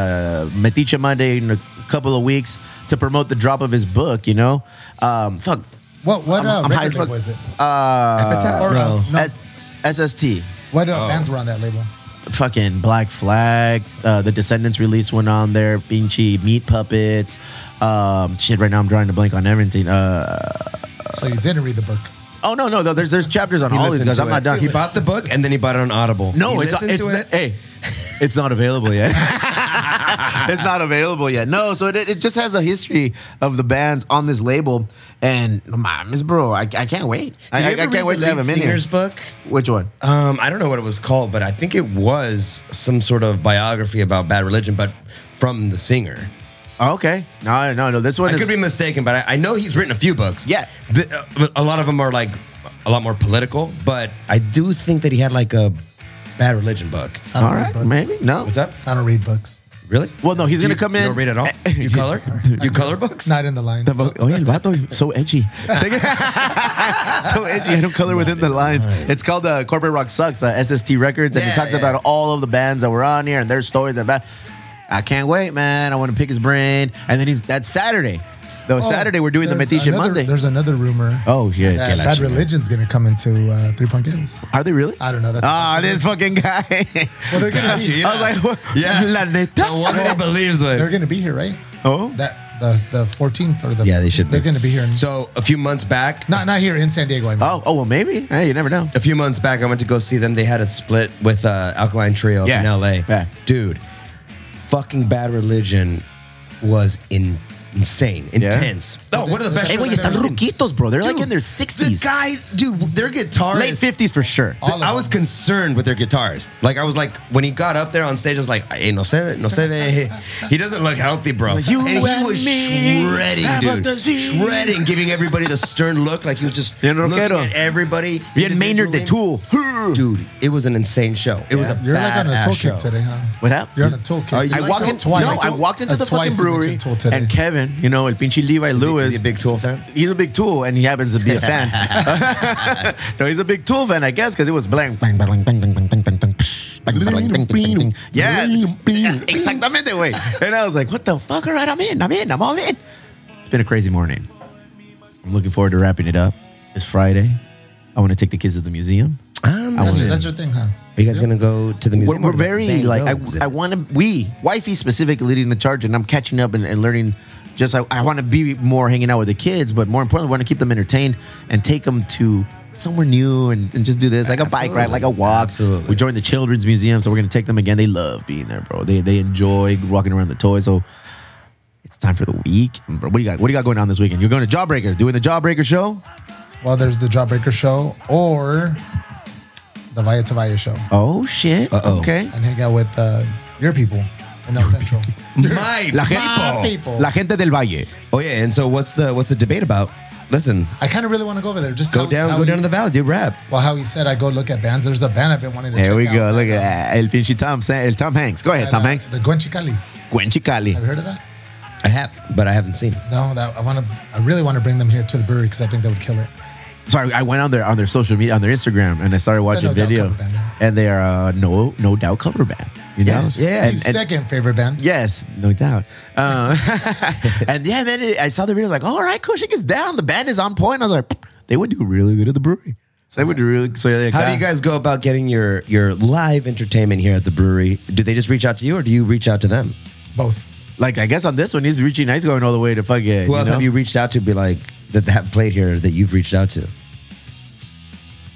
S2: Metiche Monday in a couple of weeks to promote the drop of his book. You know, um, fuck,
S3: What what
S2: I'm-
S3: uh,
S2: I'm high as
S3: record label
S2: fuck.
S3: was it?
S4: Epitaph.
S3: or, uh, no,
S2: S- SST.
S3: what uh, bands were on that label?
S2: fucking Black Flag, uh, the Descendants release went on there, Pinchy Meat Puppets. Um, shit, right now I'm drawing a blank on everything. Uh,
S3: So you didn't read the book.
S2: oh no, no, no, there's there's chapters on
S4: He
S2: all these
S4: listened
S2: guys.
S4: to
S2: I'm
S4: it.
S2: not done.
S4: He bought the book and then he bought it on Audible.
S2: no,
S4: he
S2: it's
S4: listened
S2: it's
S4: to it.
S2: hey, it's not available yet. it's not available yet. No, so it, it just has a history of the bands on this label, and mames, bro, I, I can't wait. I,
S4: Did
S2: I, I
S4: you ever read
S2: can't wait
S4: the
S2: to have
S4: lead
S2: him in here.
S4: singer's book?
S2: Which one?
S4: Um, I don't know what it was called, but I think it was some sort of biography about bad religion, but from the singer.
S2: Oh, okay, no, no, no. This one
S4: I
S2: is
S4: could be mistaken, but I, I know he's written a few books.
S2: Yeah.
S4: Th- uh, but a lot of them are like a lot more political. But I do think that he had like a bad religion book.
S2: all right. Maybe no.
S4: What's up?
S3: I don't read books.
S4: Really?
S2: Well, no, he's
S4: You-
S2: gonna come
S4: You
S2: in-
S4: don't read at all. You color? you color books?
S3: Not in the line.
S2: The vo- Oye, el vato, so edgy. so edgy. I don't color within the lines. It's called uh, Corporate Rock Sucks, the SST Records. And he
S4: Yeah,
S2: talks
S4: yeah.
S2: about all of the bands that were on here and their stories. About, I can't wait, man. I want to pick his brain. And then he's, that's Saturday. Though
S3: Oh,
S2: Saturday, we're doing the
S3: there's
S2: Metiche
S3: another-
S2: Monday.
S3: There's another rumor.
S2: Oh, yeah.
S3: that Bad Religion's gonna come into uh, Three Punk Hills.
S2: Are they really?
S3: I don't know. That's
S2: Ah, this fucking guy.
S3: Well, they're gonna be.
S2: I was like, what?
S4: Yeah.
S2: La
S4: The
S2: neta?
S4: one that he believes in.
S3: They're gonna be here, right?
S2: Oh.
S3: That the the 14th or the
S4: Yeah, they should.
S3: They're gonna be here. In,
S4: So a few months back,
S3: not not here in San Diego. I mean,
S2: Oh, oh, well, maybe. Hey, you never know.
S4: a few months back, I went to go see them. They had a split with uh, Alkaline Trio
S2: Yeah.
S4: in LA.
S2: Yeah.
S4: Dude, fucking Bad Religion was in, insane,
S2: Yeah.
S4: intense. Oh, one of the best.
S2: Hey,
S4: shows
S2: güey,
S4: I've
S2: están
S4: ever seen.
S2: ruquitos, bro. They're like
S4: Dude,
S2: in their 60s.
S4: The guy, dude, their guitarist.
S2: Late 50s for sure.
S3: All of
S4: I was
S3: them.
S4: concerned with their guitars. Like I was like, when he got up there on stage, I was like, "Hey, no seven, no seven. He doesn't look healthy, bro."
S2: Like, you
S4: and he
S2: and
S4: was
S2: me
S4: shredding,
S2: have a
S4: dude,
S2: disease.
S4: shredding, giving everybody the stern look, like he was just
S2: Bien
S4: looking
S2: rockero.
S4: at everybody.
S2: Bien Maynard the
S4: individually.
S2: Tool.
S4: dude. It was an insane show. It was a
S3: you're like on a
S4: badass
S3: toolkit
S4: show.
S3: today, huh?
S2: What up?
S3: You're on a toolkit.
S4: Are you
S2: I
S4: like
S2: walked in.
S4: Tool? Twice.
S2: No,
S4: Like
S2: I
S4: Tool?
S2: walked into
S3: That's
S2: the fucking
S3: twice you
S2: brewery
S3: mentioned Tool today.
S2: and Kevin, you know, El Pinche Levi
S4: Is he-
S2: Lewis.
S4: is he a big Tool fan?
S2: He's a big tool, and he happens to be a fan. no, he's a big tool fan, I guess, because it was blank. bang, bang, bang, bang, bang, bang, bang, bang, bang, bang, bang, bang, bang. Yeah, exactamente, way. And I was like, "What the fuck? All right, I'm in. I'm in. I'm all in." It's been a crazy morning. I'm looking forward to wrapping it up. It's Friday. I want to take the kids to the museum.
S4: Um,
S2: I
S3: That's your,
S2: wanna-
S3: that's your thing, huh?
S4: are you guys gonna go to the
S2: we're,
S4: museum? or
S2: we're
S4: to the Van
S2: very
S4: Gogh
S2: like
S4: exhibit?
S2: I, I want to we wifey specifically leading the charge and I'm catching up and, and learning just I, I want to be more hanging out with the kids but more importantly want to keep them entertained and take them to somewhere new and, and just do this like a bike ride
S4: Absolutely.
S2: like a walk
S4: Absolutely.
S2: we joined the children's museum so we're gonna take them again they love being there bro they they enjoy walking around the toys so it's time for the week bro, what do you got what do you got going on this weekend you're going to Jawbreaker doing the Jawbreaker show
S3: Well, there's the Jawbreaker show or the Vaya Tavaya show,
S2: oh shit
S4: Uh-oh.
S2: okay
S3: and hang out with uh, your people in El Central.
S4: my
S2: La
S3: My
S4: people.
S3: people.
S2: La gente del Valle
S4: Oh yeah, and so what's the what's the debate about? Listen,
S3: I kind of really want to go over there. Just
S4: go
S3: how-
S4: down,
S3: how
S4: go
S3: he-
S4: down to the valley, do rap.
S3: Well, how he said I go look at bands. There's a band I've been wanting to.
S2: There
S3: check
S2: we
S3: out.
S2: go. Look at that. El Pinche Tom, Sa- El Tom Hanks. Go ahead,
S3: And,
S2: Tom
S3: uh,
S2: Hanks.
S3: The Gwen Chicali.
S2: Gwen
S3: Have
S2: Chicali.
S3: you heard of that?
S4: I have, but I haven't seen. it.
S3: No, that I want to. I really want to bring them here to the brewery because I think they would kill it.
S2: So I, I went on their on their social media on their Instagram and I started watching
S3: No Doubt
S2: video,
S3: cover band, right?
S2: and they are uh, no no doubt cover band. You
S4: Yes,
S2: know?
S4: yeah,
S2: And-
S3: Steve's
S2: and-
S3: second favorite band.
S2: Yes, no doubt. Uh, and yeah, then it, I saw the video. Like, all right, cool, she gets down. The band is on point. I was like, they would do really good at the brewery. So I would really. So like,
S4: How do
S2: ah,
S4: you guys go about getting your your live entertainment here at the brewery? Do they just reach out to you, or do you reach out to them?
S3: Both.
S2: Like I guess on this one, he's reaching. He's going all the way to fucking.
S4: Who else
S2: know?
S4: have you reached out to? Be like that have played here that you've reached out to.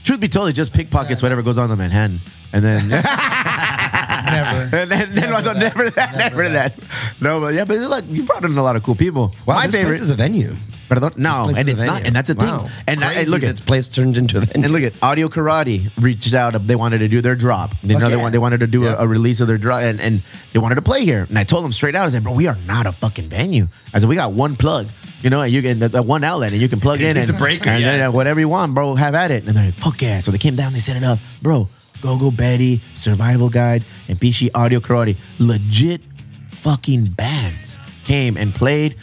S2: Truth be told, it just pickpockets whatever goes on in Manhattan, and then.
S3: Never.
S2: And then, then was on never that, never, that. No, but yeah, but look, you brought in a lot of cool people.
S4: Wow,
S2: My
S4: this
S2: favorite
S4: place is a venue.
S2: Perdón? No,
S4: This place
S2: and
S4: is a
S2: it's not,
S4: venue.
S2: and that's a thing.
S4: Wow.
S2: And, I, and
S4: Crazy
S2: look
S4: that this
S2: at
S4: place turned into a venue.
S2: and look at Audio Karate reached out. They wanted to do their drop. They know
S4: Fuck
S2: they
S4: yeah.
S2: want they wanted to do
S4: Yeah.
S2: a, a release of their drop, and, and they wanted to play here. And I told them straight out, I said, "Bro, we are not a fucking venue. I said we got one plug." You know, and you can the, the one outlet, and you can plug in
S4: It's
S2: and
S4: a breaker,
S2: and
S4: yeah.
S2: then, uh, whatever you want, bro. Have at it. And they're like, "Fuck yeah!" So they came down, they set it up, bro. Go Go Betty, Survival Guide, and Bishi Audio Karate, legit fucking bands came and played,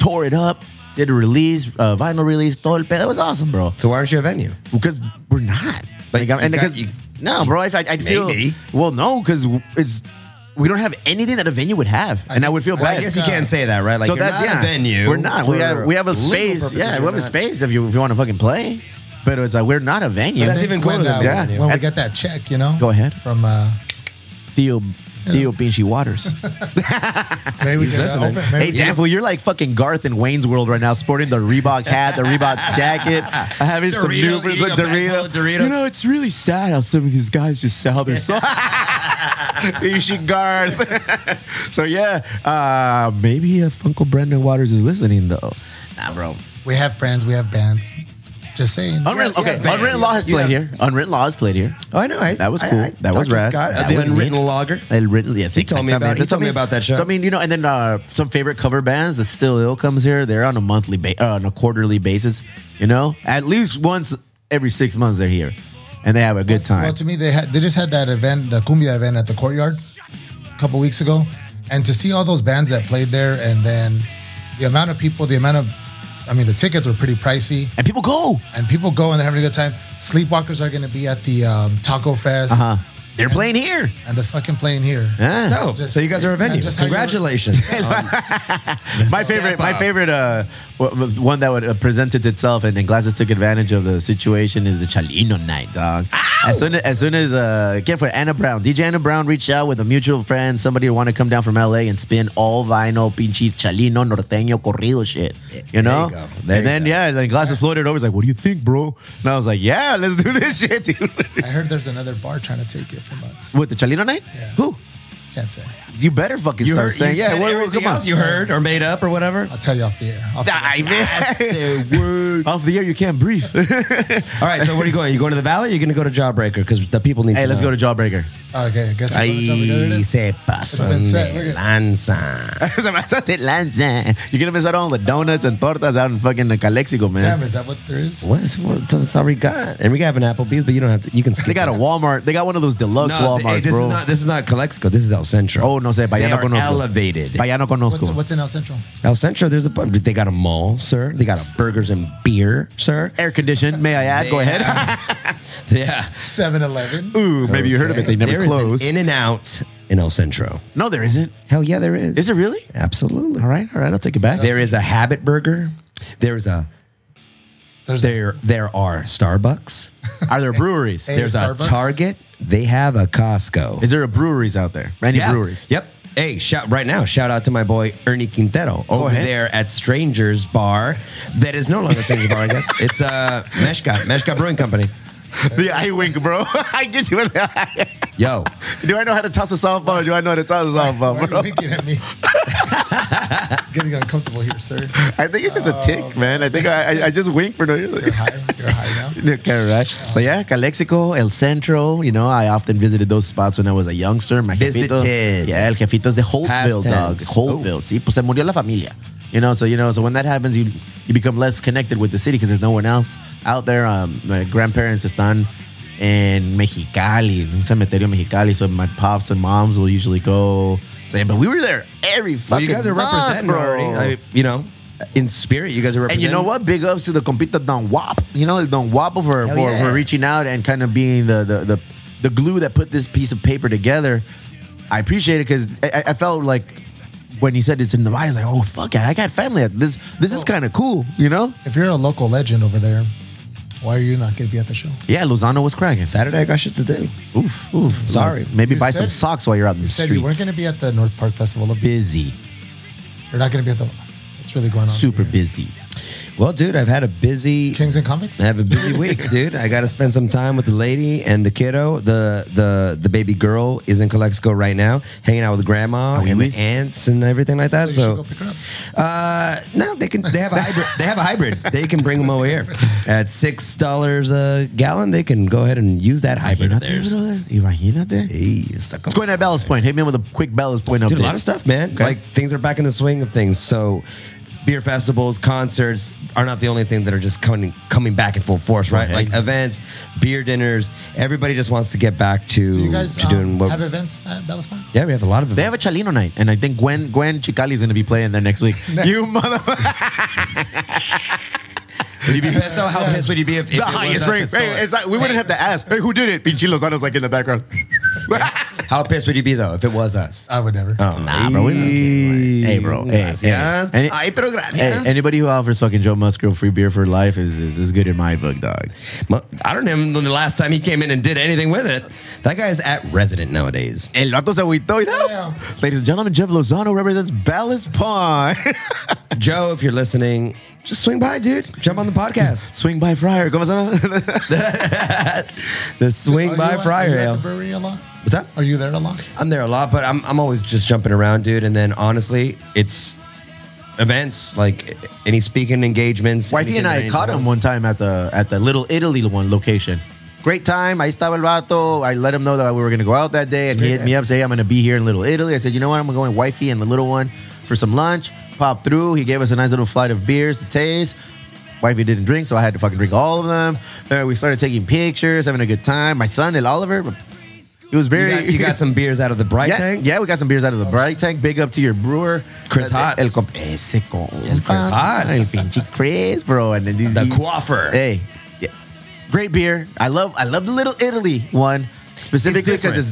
S2: tore it up, did a release, uh, vinyl release, todo el pedo. It was awesome, bro
S4: so why aren't you a venue?
S2: because we're not. Like, I'm,
S4: you
S2: and
S4: got-
S2: because
S4: you-
S2: no, bro, I, I, I feel
S4: Maybe.
S2: well, no, because it's we don't have anything that a venue would have, and I would feel
S4: Well,
S2: bad.
S4: I guess you
S3: uh,
S4: can't say that, right? Like
S2: so
S4: you're
S2: that's yeah,
S4: not a venue.
S2: We're not. We
S4: for
S2: have we have a
S4: legal
S2: space.
S4: purposes,
S2: Yeah, we
S4: you're
S2: have a
S4: not.
S2: space if you if you want to fucking play. But it's like we're not a venue.
S4: That's even
S3: When,
S4: cooler than
S3: uh,
S2: yeah.
S3: when we get that check, you know.
S2: Go ahead.
S3: From uh,
S2: Theo Theo Binchy Waters.
S3: maybe we can uh, open. Maybe
S2: Hey,
S3: we can-
S2: Dan, well, you're like fucking Garth in Wayne's World right now, sporting the Reebok hat, the Reebok jacket, having some
S4: Doritos,
S2: new ones
S4: eating
S2: like
S4: a bag full
S2: Dorito.
S4: of Doritos.
S2: You know, it's really sad how some of these guys just sell their soul. you should Garth. so yeah, uh, maybe if Uncle Brendan Waters is listening though. Nah, bro.
S3: we have friends. We have bands. Just saying.
S2: Unwritten,
S4: yeah,
S2: okay,
S4: band.
S2: Unwritten Law has
S4: You
S2: played
S4: have-
S2: here. Unwritten Law has played here.
S4: Oh, I know. I,
S2: That was
S4: I-
S2: cool.
S4: I-
S2: that was
S4: Dr.
S2: rad.
S4: Scott,
S2: that
S4: the
S2: was
S4: unwritten
S2: neat.
S4: lager.
S2: And written, yes,
S4: He told me about- he told me about that show.
S2: So I mean, you know, and then uh, some favorite cover bands. The Still Ill comes here. They're on a monthly, ba- uh, on a quarterly basis. You know, at least once every six months they're here, and they have a good time.
S3: Well, to me, they had they just had that event, the cumbia event at the courtyard, a couple weeks ago, and to see all those bands that played there, and then the amount of people, the amount of, I mean, the tickets were pretty pricey,
S2: and people go.
S3: and people go and they're having a good time. Sleepwalkers are going to be at the um, Taco Fest,
S2: Uh, they're playing here.
S3: and they're fucking playing here.
S2: Yeah.
S4: No,
S3: Just-
S4: Oh, so you guys are a venue.
S3: Yeah, just how you were-
S4: Congratulations. on-
S2: my favorite,
S4: Step
S2: my
S4: up.
S2: favorite, uh, w- w- one that would, uh, presented itself and, and Glasses took advantage of the situation is the Chalino night, dog. As soon as, as soon as, uh, get for Anna Brown, DJ Anna Brown reached out with a mutual friend, somebody who wanted to come down from LA and spin all vinyl, pinche Chalino, Norteño, corrido shit, you know?
S4: go. There
S2: and
S4: you
S2: then,
S4: go.
S2: yeah, like Glasses floated over, he's like, what do you think, bro? And I was like, yeah, let's do this shit, dude.
S3: I heard there's another bar trying to take it from us.
S2: with the Chalino night?
S3: Yeah.
S2: Who?
S3: Can't say.
S2: You better fucking
S4: you
S2: start
S4: heard,
S2: saying, yeah, well, well,
S4: everything
S2: come on.
S4: else you heard or made up or whatever.
S3: I'll tell you off the air. Off the air.
S2: I mean, off the air, you can't breathe.
S4: All right, so where are you going? You going to the Valley? or You going to go to Jawbreaker because the people need.
S2: Hey,
S4: to
S2: let's
S4: know.
S2: go to Jawbreaker.
S3: Okay, I guess we're gonna tell you what it
S4: Ay,
S3: is.
S4: se pasan
S3: been said,
S4: de
S3: look at-
S4: lanza.
S2: You're gonna miss out on all the donuts and tortas out in fucking Calexico, man.
S3: Damn, is that what there is?
S4: What is what? That's all we got. And we got an Applebee's, but you don't have to. You can skip.
S2: They got a
S4: that.
S2: Walmart. They got one of those deluxe
S4: No, th- hey,
S2: Walmarts,
S4: this
S2: bro.
S4: is not. This is not Calexico. This is El Centro.
S2: oh no, sé,
S4: they
S2: vaya no
S4: are
S2: conozco.
S4: elevated.
S2: Vaya no conozco.
S3: What's, what's in El Central?
S4: El Centro. There's a bunch. They got a mall, sir. They got a burgers and beer, sir.
S2: Air conditioned? May I add? Go ahead.
S4: Yeah.
S3: 7 Eleven.
S2: Ooh, maybe you heard of it. They never
S4: There is an
S2: closed.
S4: in and out in El Centro.
S2: no, there isn't.
S4: Hell yeah, there is.
S2: Is it really?
S4: Absolutely.
S2: All right, all right. I'll take it back.
S4: There is a Habit Burger. There is a
S3: There's a-
S4: there there are Starbucks.
S2: Are there breweries?
S3: Hey.
S4: There's a
S3: Starbucks?
S4: Target. They have a Costco.
S2: Is there a breweries out there? Any
S4: Yeah.
S2: breweries?
S4: Yep. Hey, shout right now! Shout out to my boy Ernie Quintero over
S2: ahead.
S4: there at Strangers Bar, that is no longer Strangers Bar. I guess it's uh, Meshka Meshka Brewing Company.
S2: The I wink, bro. I get you.
S4: Yo,
S2: do I know how to toss a softball? Or do I know how to toss a
S3: Why are
S2: softball,
S3: you
S2: bro?
S3: winking at me? Getting uncomfortable here, sir.
S2: I think it's just a tick, man. I think I, I, I just wink for no reason.
S3: You're high. You're high now.
S2: Okay, right. So yeah, Calexico, El Centro. You know, I often visited those spots when I was a youngster. My jefito-
S4: Visited.
S2: Yeah, el jefito's de Holtville,
S4: Past
S2: dog.
S4: tense. Oh.
S2: Holtville. See, pues se murió la familia. You know, so you know, so when that happens, you you become less connected with the city because there's no one else out there. Um, my grandparents están in Mexicali, in cementerio Mexicali. So my pops and moms will usually go. So, yeah, but we were there every
S4: well,
S2: fucking
S4: you guys are
S2: month,
S4: representing
S2: bro.
S4: already. I- you know, in spirit, you guys are
S2: And
S4: representing.
S2: you know what? Big ups to the compita Don Wop. You know, Don Wop for,
S4: Hell
S2: for,
S4: yeah.
S2: for reaching out and kind of being the, the, the, the glue that put this piece of paper together. I appreciate it because I, I- I felt like when he said it's in the mind, I was like, oh,
S4: Oh.
S2: fuck it. I got family. at This this is kind of cool, you know?
S3: If you're a local legend over there, Why are you not going to be at the show?
S2: Yeah, Lozano was cracking.
S4: Saturday, I got shit to do.
S2: Oof, oof.
S4: Sorry.
S2: Maybe
S3: You
S2: buy
S3: said-
S2: some socks while you're out in the
S3: You said
S2: streets.
S3: you weren't going to be at the North Park Festival. Of Beer.
S2: busy,
S4: Oh,
S3: You're not going to be at the. What's really going on?
S2: super busy.
S4: Well, dude, I've had a busy.
S3: Kings and convicts.
S4: I have a busy week, dude. I got to spend some time with the lady and the kiddo. The the the baby girl is in Calexico right now, hanging out with grandma and the aunts and everything like that.
S3: You should
S4: So,
S3: go pick her up.
S4: uh, no, they can. They have a hybrid. They have a hybrid. They can bring them over here at six dollars a gallon. They can go ahead and use that hybrid
S2: You're not
S4: of
S2: there,
S4: theirs.
S2: brother? You're right, you're not there. It's
S4: Hey, suck 'em.
S2: going at Ballast Point. Hit me with a quick Ballast Point update.
S4: Dude, a lot of stuff, man. Like things are back in the swing of things. So beer festivals, concerts are not the only thing that are just coming coming back in full force, right?
S2: Right.
S4: Like events, beer dinners. Everybody just wants to get back to,
S3: Do you guys
S4: to
S3: um,
S4: doing what.
S3: have events at Dallas Point?
S4: yeah, we have a lot of
S2: They have a
S4: events.
S2: Chalino night, and I think Gwen Gwen Chicali's going to be playing there next week. you motherfucker!
S4: would you be pissed out? How pissed would you be if,
S2: The
S4: if it was
S2: highest
S4: us
S2: rank.
S4: that stole
S2: Hey,
S4: it?
S2: it's like, we wouldn't have to ask. Hey, who did it? Pinche Lozano's like in the background.
S4: How pissed would you be though if it was us? Oh,
S3: I would never.
S2: nah, bro. We hey, bro. Hey, hey.
S4: Gracias.
S2: Any-
S4: Ay, pero gracias.
S2: Hey, anybody who offers fucking Joe Musgrove free beer for life is, is, is good in my book, dog.
S4: Mo- I don't know the last time he came in and did anything with it. That guy's at resident nowadays.
S2: El vato se agüitó, you know?
S3: Damn.
S2: Ladies and gentlemen, Jeff Lozano represents Ballast Pond.
S4: Joe, if you're listening, just swing by, dude. Jump on the podcast.
S2: Swing by Friar. ¿Cómo se llama?
S4: The
S3: Are
S4: swing
S3: Oh, you
S4: by
S3: at- are
S4: Friar
S3: you at
S4: Ale.
S3: the brewery a lot?
S4: What's up?
S3: Are you there a lot?
S4: I'm there a lot, but I'm, I'm always just jumping around, dude. And then honestly, it's events like any speaking engagements.
S2: Wifey and I
S4: anything
S2: caught
S4: that
S2: him
S4: anyone
S2: one time at the at the Little Italy one location. Great time. I estaba el vato. I let him know that we were gonna go out that day, and he hit me up, say, "Hey, I'm gonna be here in Little Italy." I said, "You know what? I'm going wifey and the little one for some lunch." Popped through. He gave us a nice little flight of beers to taste. Wifey didn't drink, so I had to fucking drink all of them. Uh, we started taking pictures, having a good time. My son, El Oliver, he was
S4: knows.
S2: very.
S4: You got, you got some beers out of the bright
S2: yeah,
S4: tank.
S2: yeah, we got some beers out of the bright tank. Big up to your brewer,
S4: Chris Hotz.
S2: El comp- ese compa.
S4: El Chris Hotz.
S2: Ay, pinche Chris, bro. And then these,
S4: The
S2: these-
S4: coiffer.
S2: Hey, yeah. great beer. I love, I love the Little Italy one specifically because it's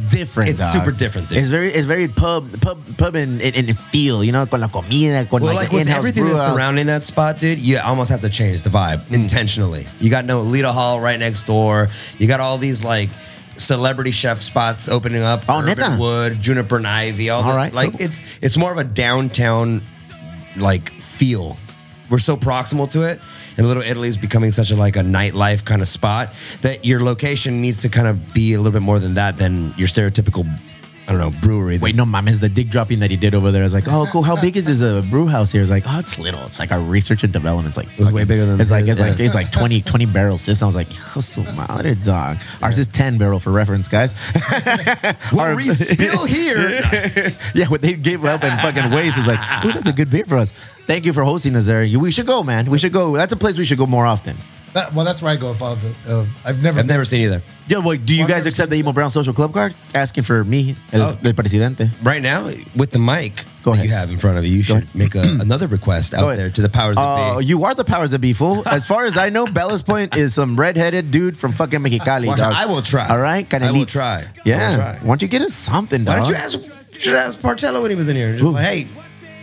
S2: different.
S4: different. It's
S2: dog.
S4: super different, dude.
S2: It's very, it's very pub, pub, pub and in, in, feel. You know, con la comida, con
S4: Well,
S2: like,
S4: like
S2: the
S4: with
S2: in-house
S4: everything that's
S2: brewhouse.
S4: surrounding that spot, dude, you almost have to change the vibe intentionally. You got no Lita Hall right next door. You got all these like celebrity chef spots opening up.
S2: Oh,
S4: Urban
S2: neta?
S4: Wood, Juniper and Ivy. All,
S2: All
S4: that.
S2: right,
S4: Like
S2: cool.
S4: it's it's more of a downtown like feel. We're so proximal to it, and Little Italy is becoming such a like a nightlife kind of spot that your location needs to kind of be a little bit more than that than your stereotypical, I don't know, brewery.
S2: Wait, no, mames, the dick dropping that he did over there. I was like, oh, cool. How big is this uh, brew house here? It's like, oh, it's little. It's like our research and development's like
S4: was way bigger than
S2: it's like
S4: his,
S2: it's like
S4: yeah.
S2: it's like 20, 20 barrels. This I was like, hijo su madre, dog. Ours is ten barrel for reference, guys.
S4: What we spill here.
S2: yeah, what they gave up and fucking waste is like, ooh, that's a good beer for us. Thank you for hosting us there. You- We should go, man. We should go. That's a place we should go more often.
S3: That, well, that's where I go. If I'll, uh, I've never.
S4: I've never seen either.
S2: Yeah, boy, do you
S3: Why
S2: guys
S3: not?
S2: accept the Emo Brown Social Club card? Asking for me, el,
S4: Oh.
S2: el presidente.
S4: right now with the mic
S2: Go
S4: that
S2: ahead.
S4: you have in front of you, you should
S2: ahead.
S4: make a, another request
S2: Go
S4: out
S2: ahead.
S4: there to the powers that
S2: Uh,
S4: be.
S2: you are the powers that be, fool. As far as I know, Bella's Point is some redheaded dude from fucking Mexicali.
S4: Watch
S2: dog.
S4: out, I will try.
S2: All right,
S4: I will
S2: Canelitos.
S4: try. I will
S2: Yeah,
S4: try.
S2: why don't you get us something,
S4: Why
S2: dog?
S4: don't you ask? you Should ask Partello when he was in here. Just
S2: Who?
S4: like, hey,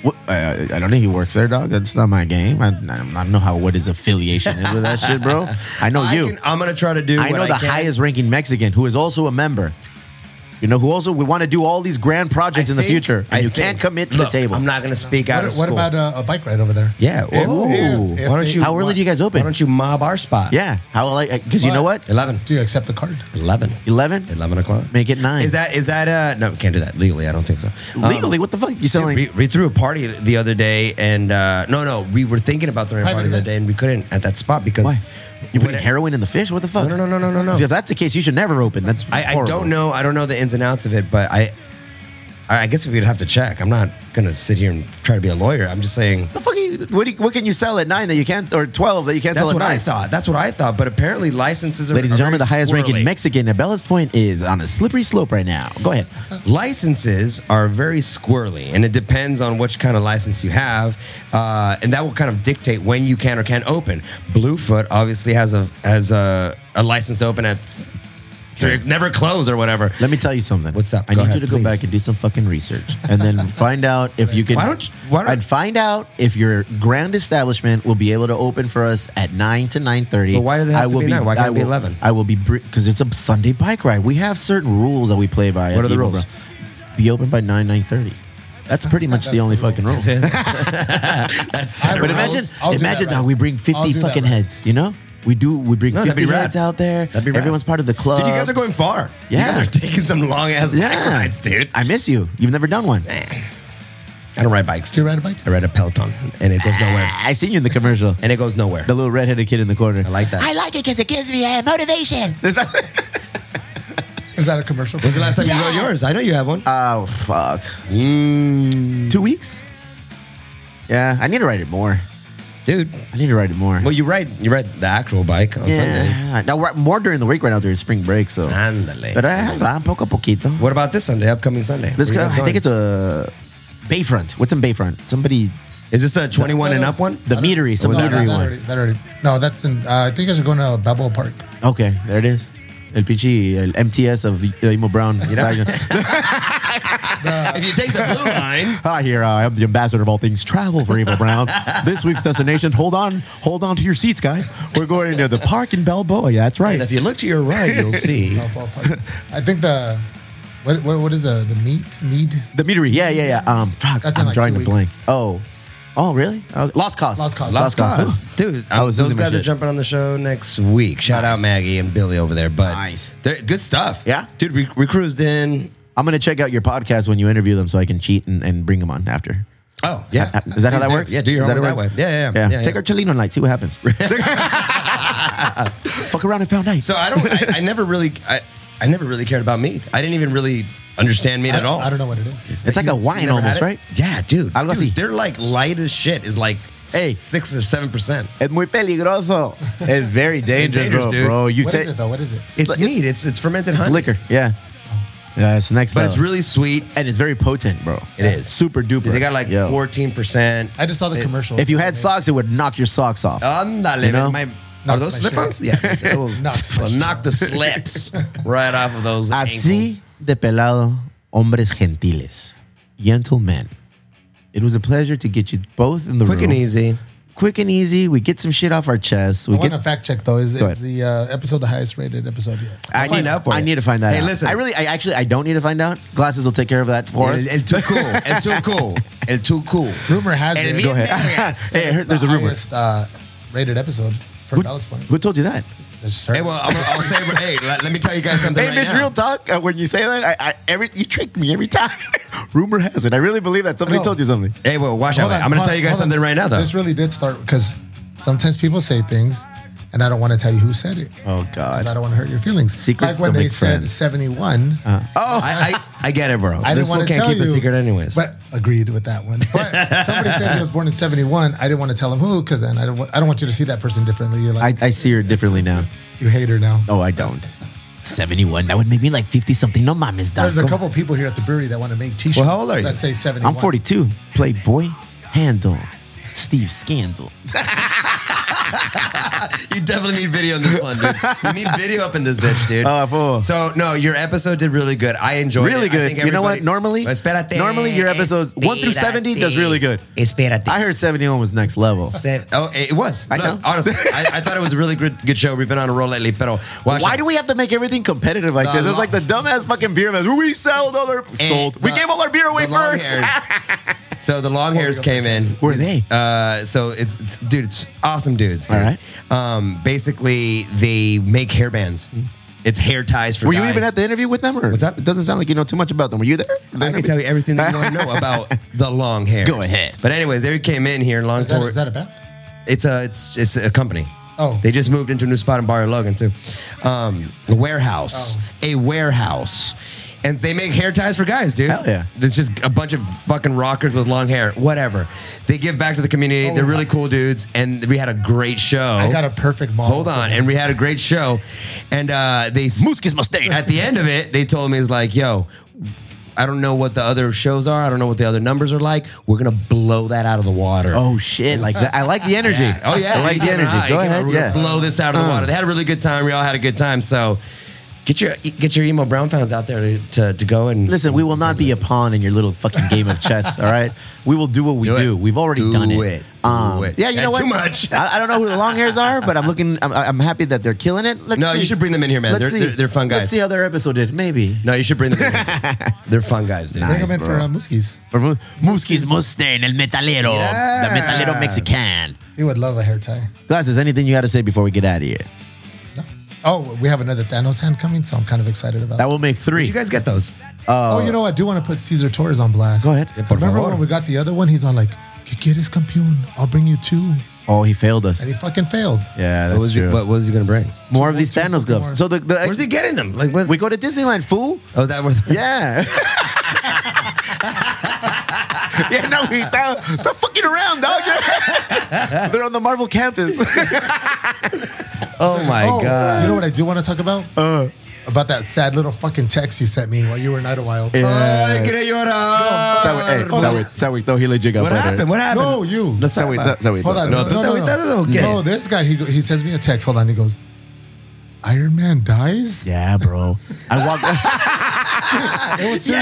S2: What, uh, I, I- I don't know. He works there, dog. That's not my game. I, I don't I don't know how what his affiliation is with that shit, bro. I know
S4: I
S2: you.
S4: Can, I'm gonna try to do.
S2: I
S4: what
S2: know the
S4: can.
S2: highest ranking Mexican who is also a member. You know who also we want to do all these grand
S4: I
S2: projects in the
S4: think-
S2: future, and
S4: I
S2: you
S4: think-
S2: can't commit to
S4: Look,
S2: the table.
S4: I'm not gonna speak out
S3: What,
S4: of
S3: what
S4: school.
S3: about uh, a bike ride over there?
S2: If-
S4: yeah. ooh,
S3: if-
S4: why
S3: if
S4: don't you?
S2: How early do you guys open?
S4: Why don't you mob our spot?
S2: yeah, how like because you know what?
S4: Eleven.
S3: Do you accept the card?
S4: Eleven.
S2: Eleven.
S4: Eleven o'clock.
S2: Make it nine.
S4: Is that is that uh no? Can't do that legally. I don't think so. Um,
S2: legally? what the fuck? You
S4: Yeah,
S2: selling?
S4: we, we threw a party the other day, and uh, no, no, we were thinking about throwing a
S3: Private
S4: party the other
S3: event.
S4: day, and we couldn't at that spot because
S2: Why? You putting
S4: What-
S2: heroin in the fish? What the fuck?
S4: No, no, no, no, no, no.
S2: See, if that's the case, you should never open. That's
S4: I, I
S2: horrible.
S4: don't know. I don't know the ins and outs of it, but I, I I guess we'd have to check. I'm not gonna sit here and try to be a lawyer. I'm just saying
S2: The fuck? Are you, what, do you, what can you sell at nine that you can't, or twelve that you can't
S4: that's
S2: sell at
S4: what I
S2: nine?
S4: thought. That's what I thought. But apparently, licenses are
S2: Ladies and
S4: are
S2: gentlemen, the
S4: very
S2: highest ranking
S4: squirrely.
S2: Mexican at Bella's Point is on a slippery slope right now. Go ahead.
S4: licenses are very squirrely, and it depends on which kind of license you have, uh, and that will kind of dictate when you can or can't open. Bluefoot obviously has a has a, a license to open at They're never closed or whatever.
S2: Let me tell you something.
S4: What's up?
S2: I
S4: Go
S2: need
S4: ahead,
S2: you to go
S4: please.
S2: back and do some fucking research, and then find out if you can.
S4: Why don't you- why don't-
S2: and find out if your grand establishment will be able to open for us at nine to nine thirty.
S4: But why does it have to be nine? Why can't
S2: I
S4: it
S2: will,
S4: be 11?
S2: I will be because it's a Sunday bike ride. We have certain rules that we play by. at
S4: What are the
S2: Eagle
S4: rules?
S2: Bro. Be open by nine nine thirty. That's pretty much
S3: That's
S2: the only
S3: the rule.
S2: fucking rule.
S3: I
S2: But
S3: will-
S2: imagine,
S3: I'll do
S2: imagine
S3: that,
S2: dog,
S3: right?
S2: we bring
S3: I'll do
S2: fifty
S3: that,
S2: fucking
S3: right?
S2: heads. You know, we do. We bring
S4: No, that'd
S2: fifty
S4: be rad.
S2: heads out there.
S4: That'd be rad.
S2: Everyone's part of the club.
S4: Dude, you guys are going far.
S2: Yeah.
S4: You guys are taking some long ass
S2: yeah,
S4: rides, dude. I,
S2: I miss you. You've never done one.
S4: I don't ride bikes.
S3: Do you
S4: Dude.
S3: ride a bike?
S4: I ride a Peloton, and it goes nowhere.
S2: I've seen you in the commercial.
S4: And it goes nowhere.
S2: The little redheaded kid in the corner.
S4: I like that.
S2: I like it because it gives me uh, motivation.
S3: Is that a commercial?
S4: When's the last time you rode yours? I know you have one.
S2: oh fuck!
S4: Mm,
S2: Two weeks. Yeah, I need to write it more.
S4: dude.
S2: I need to write it more.
S4: Well, you ride you ride the actual bike on Sundays.
S2: yeah. Now we're more during the week right now during spring break. So.
S4: Andale.
S2: But I uh, poco a poquito.
S4: What about this Sunday? Upcoming Sunday.
S2: This
S4: Where
S2: guy,
S4: you guys
S2: I
S4: going?
S2: think it's a Bayfront. What's in Bayfront? Somebody
S4: Is this the 21 and up one?
S2: the meadery. Some
S3: No, that,
S2: meadery
S3: that
S2: one.
S3: already, that already. No, that's in. Uh, I think you guys are going to Babel Park.
S2: Okay, there it is. El Pichi, el MTS of uh, Emo Brown.
S4: if you take the blue line,
S2: Hi, here I am the ambassador of all things travel for Emo Brown. this week's destination. Hold on, hold on to your seats, guys. We're going to the park in Balboa. Yeah, that's
S4: and
S2: right.
S4: if you look to your right, you'll see.
S3: Babel Park. I think the. What, what, what is the the meat need?
S2: The meadery. Yeah, yeah, yeah. Um, fuck,
S3: That's in
S2: I'm
S3: like
S2: drawing
S3: two
S2: a
S3: weeks.
S2: blank. Oh, oh, really? Oh, Lost cause.
S3: Lost Cause.
S4: Lost Cause. Dude,
S2: I was
S4: those
S2: losing my
S4: guys are
S2: shit.
S4: jumping on the show next week. Shout out
S2: Nice.
S4: Maggie and Billy over there. But
S2: Nice.
S4: they're good stuff.
S2: Yeah?
S4: Dude, we, we cruised in.
S2: I'm gonna check out your podcast when you interview them, so I can cheat and, and bring them on after.
S4: Oh, yeah.
S2: Is that how that
S4: Yeah,
S2: works?
S4: Yeah, do your
S2: Is
S4: homework
S2: how it
S4: that, way.
S2: works?
S4: Yeah, yeah, yeah. yeah,
S2: Take
S4: yeah.
S2: our Chelino night, see what happens. Fuck around and found out.
S4: So I don't, I, I never really, I, I never really cared about meat. I didn't even really understand meat
S3: I
S4: at all.
S3: I don't know what it is.
S2: it's like a
S4: You've
S2: wine
S4: never had
S2: almost,
S4: it?
S2: right?
S4: Yeah, dude.
S2: Algo
S4: Dude,
S2: así.
S4: They're like light as shit. Is like
S2: Hey.
S4: six or seven percent.
S2: It's muy peligroso. It's very dangerous,
S4: dangerous,
S2: bro.
S4: dude.
S2: Bro, you
S3: What is
S2: take
S3: it though? What is it?
S4: It's meat. It's it's Oh. fermented
S2: it's
S4: honey.
S2: liquor. Yeah, yeah, it's the next
S4: but
S2: level.
S4: it's really sweet.
S2: and it's very potent, bro.
S4: It is.
S2: super duper.
S4: They got like
S2: Yo.
S4: fourteen percent.
S3: I just saw the commercial.
S2: If you had socks, it would knock your socks off.
S4: Andale,
S2: You know?
S4: my, are
S3: Knocks
S4: those
S3: my
S4: slip-ons?
S3: shirt.
S4: Yeah, it will
S3: Knocks my
S4: it'll knock the slips right off of those ankles.
S2: Así de pelado, hombres gentiles, gentlemen. It was a pleasure to get you both in the
S4: Quick
S2: room.
S4: and easy.
S2: Quick and easy. We get some shit off our chest. We
S3: I want
S2: get.
S3: to fact check though. Is,
S2: Go
S3: is
S2: ahead.
S3: the uh, episode the highest rated episode yet?
S2: I
S4: find
S2: need,
S4: out for
S2: I
S4: you.
S2: need to find that.
S4: Hey,
S2: out.
S4: listen.
S2: I really, I actually, I don't need to find out. Glasses will take care of that for us.
S4: El, el too cool. El too cool. El too cool.
S3: Rumor has
S4: El
S3: it.
S4: bien vergas.
S2: hey, I heard
S3: it's
S2: there's
S3: the
S2: a rumor.
S3: highest, uh, rated episode from Dallas Point.
S2: Who told you that?
S3: It's
S4: Hey, well, I'll, I'll say, hey, let, let me tell you guys something.
S2: Hey,
S4: right
S2: it's
S4: now.
S2: real talk. Uh, when you say that, I, I every you trick me every time. Rumor has it. I really believe that somebody
S3: No.
S2: told you something.
S4: Hey, well, watch out.
S3: Hold on,
S4: I'm going to
S3: hold
S4: tell you
S3: on,
S4: guys
S3: hold on.
S4: something right now, though.
S3: This really did start because sometimes people say things, and I don't want to tell you who said it.
S2: Oh
S3: 'Cause I
S2: God.
S3: don't want to hurt your feelings.
S2: Secrets
S3: like when
S2: don't
S3: they
S2: make
S3: said
S2: friends.
S3: 71.
S4: Oh, I, I, I get it, bro.
S3: I
S4: this
S3: didn't
S4: fool
S3: want to
S4: can't
S3: tell
S4: keep
S3: you.
S4: a secret, anyways.
S3: But agreed with that one. But somebody said he was born in 71. I didn't want to tell him who because then I don't, want, I don't want you to see that person differently. You're
S2: I,
S3: like,
S2: I see her differently now.
S3: you hate her now.
S2: Oh, I don't. Seventy-one. That would make me like fifty something. No mames, dog.
S3: There's a
S2: Come
S3: couple people here at the brewery that want to make t-shirts
S4: Well, how old are you?
S3: that say
S2: on.
S3: 71.
S2: I'm forty-two. Playboy, handle, Steve Scandal.
S4: You definitely need video in this one, dude. You need video up in this bitch, dude.
S2: Ah, fool.
S4: So no, your episode did really good. I enjoyed it.
S2: Really
S4: I
S2: good.
S4: think
S2: You know what?
S4: everybody-
S2: Normally-
S4: Espérate.
S2: normally your episodes one through 70 does really good.
S4: Espérate.
S2: I heard seventy-one was next level.
S4: Se- Oh, it was.
S2: I
S4: Look,
S2: know.
S4: Honestly, I, I thought it was a really good, good show. We've been on a roll lately, pero watch
S2: Why
S4: it.
S2: do we have to make everything competitive like
S4: The
S2: this? It's
S4: lo-
S2: like the dumbass fucking beer man. We sold all our
S4: And
S2: sold. we
S4: the-
S2: gave all our beer away
S4: the long
S2: first.
S4: hairs. so the long hairs came in.
S2: Were they?
S4: Uh, so it's dude, it's awesome dudes. Dude.
S2: All right. Hmm.
S4: Um, basically, they make hair bands. It's hair ties for.
S2: Were you
S4: guys.
S2: even at the interview with them? Or
S4: What's up?
S2: It doesn't sound like you know too much about them. Were you there?
S4: I can tell you everything that you want to know about the long hair.
S2: Go ahead.
S4: But anyways, they came in here. Long
S3: Is that,
S4: story.
S3: is that a bet?
S4: it's a it's it's a company.
S3: Oh.
S4: They just moved into a new spot in Barrio Logan too. Um, a warehouse.
S3: Oh.
S4: A warehouse. And they make hair ties for guys, dude.
S2: Hell yeah.
S4: It's just a bunch of fucking rockers with long hair. Whatever. They give back to the community.
S3: Oh
S4: They're really
S3: my-
S4: cool dudes. And we had a great show.
S3: I got a perfect model.
S4: Hold on. And we had a great show. And uh, they
S2: Mooski's mistake.
S4: at the end of it, they told me it's like, yo, I don't know what the other shows are. I don't know what the other numbers are like. We're gonna blow that out of the water.
S2: Oh shit! Like that. I like the energy.
S4: Yeah. Oh yeah,
S2: I like the
S4: Yeah,
S2: energy.
S4: right.
S2: Go
S4: Yeah,
S2: ahead.
S4: We're
S2: Yeah. Uh-huh.
S4: gonna blow this out of the water. They had a really good time. We all had a good time. So Get your get your emo brown fans out there to, to, to go and
S2: Listen, we will not be a pawn in your little fucking game of chess. All right, we will do what we
S4: Do
S2: do.
S4: it.
S2: We've already
S4: Do
S2: done it. Um,
S4: it. Do it.
S2: Yeah, you know
S4: And
S2: what?
S4: too much.
S2: I, I don't know who the long hairs are, but I'm looking. I'm, I'm happy that they're killing it. Let's
S4: No,
S2: see.
S4: you should bring them in here, man. They're- they're- they're fun guys.
S2: Let's see how their episode did. Maybe.
S4: No, you should bring them. in. They're fun guys, dude.
S3: Bring them in for
S2: bro.
S3: uh, Muskies.
S2: For Mu- Muski's Mustang, el metalero,
S4: Yeah.
S2: the metalero Mexican.
S3: He would love a hair tie.
S2: Glasses, anything you got to say before we get out of here?
S3: No. Oh, we have another Thanos hand coming, so I'm kind of excited about
S2: That
S3: that.
S2: will make three.
S4: Did you guys get those?
S3: oh, you know, I do want to put Caesar Torres on blast.
S2: Uh, Go ahead.
S4: Yeah, por
S3: Remember
S4: favor.
S3: when we got the other one? He's on like, ¿Qué quieres, campeón? I'll bring you two.
S2: oh, he failed us.
S3: And he fucking failed.
S2: Yeah,
S4: What
S2: that's
S4: was, he,
S2: true.
S4: what, what was he gonna bring?
S2: more of these
S3: Two,
S2: Thanos
S3: two,
S2: gloves.
S3: four.
S2: So the, the
S4: Where's he getting them? Like, what?
S2: we go to Disneyland, fool.
S4: oh, that was.
S2: Yeah. yeah, no, we found. Stop fucking around, dog. They're on the Marvel campus.
S4: Oh my
S3: oh,
S4: god.
S3: You know what I do want to talk about?
S2: Uh.
S3: about that sad little fucking text you sent me while you were in Idlewild.
S2: Oh,
S4: Ay, quiere llorar.
S3: Oh.
S4: What happened? What happened?
S3: No, you.
S4: Let's talk
S2: Sawi,
S4: about it.
S2: Sa- Sawi,
S3: Hold on.
S4: No,
S3: No,
S4: that's
S3: no, no, no.
S4: that's okay.
S3: No, this guy, he, go- he sends me a text. Hold on. He goes, Iron Man dies?
S2: Yeah, bro. I walked.
S3: It was serious.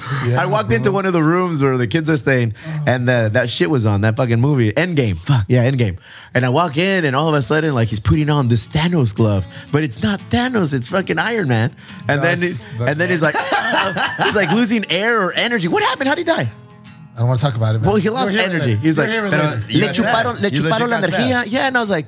S4: Yes.
S3: Yeah,
S2: I walked
S3: bro.
S2: into one of the rooms where the kids are staying, and the, that shit was on that fucking movie, Endgame. Fuck yeah, Endgame. And I walk in, and all of a sudden, like he's putting on this Thanos glove, but it's not Thanos, it's fucking Iron Man. And
S3: That's-
S2: then, he- and then he's like, he's like losing air or energy. What happened? How would he die?
S3: I don't want to talk about it. Man.
S2: Well, he lost
S3: You'll hear it
S2: energy.
S3: later.
S2: He was
S3: You'll
S2: like,
S3: hear it
S2: "Pero
S3: later."
S4: Uh, You
S2: le
S4: got
S2: chuparon,
S4: sad.
S2: le
S4: You
S2: chuparon la
S4: legit got
S2: energía.
S4: sad.
S2: Yeah, and I was like,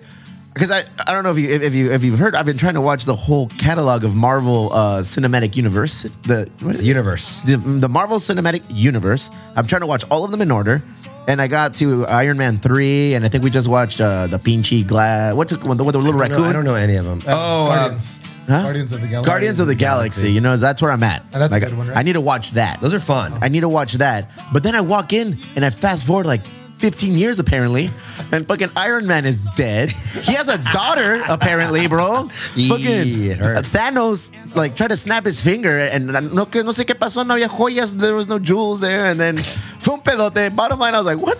S2: because I, I don't know if you if, if you if you've heard, I've been trying to watch the whole catalog of Marvel uh, Cinematic Universe, the what is it?
S4: Universe.
S2: the, the Marvel Cinematic Universe. I'm trying to watch all of them in order. And I got to Iron Man 3, and I think we just watched uh, the Pinchy Glass. What's it, with the, with the little
S4: I don't,
S2: raccoon?
S4: know, I don't know any of them.
S3: Uh,
S4: oh, uh,
S3: Guardians.
S2: Huh?
S3: Guardians of the Galaxy.
S2: Guardians of the Galaxy. You know, that's where I'm at.
S3: Oh, that's a good one, right?
S2: I need to watch that.
S4: those are fun.
S2: I need to watch that. But then I walk in and I fast forward like 15 years apparently, and fucking Iron Man is dead. He has a daughter apparently, bro.
S4: Yeah,
S2: Fucking
S4: it hurts.
S2: Thanos like tried to snap his finger and no, que- no sé qué pasó, no había joyas, there was no jewels there, and then fue un pedote. Bottom line, I was like, what?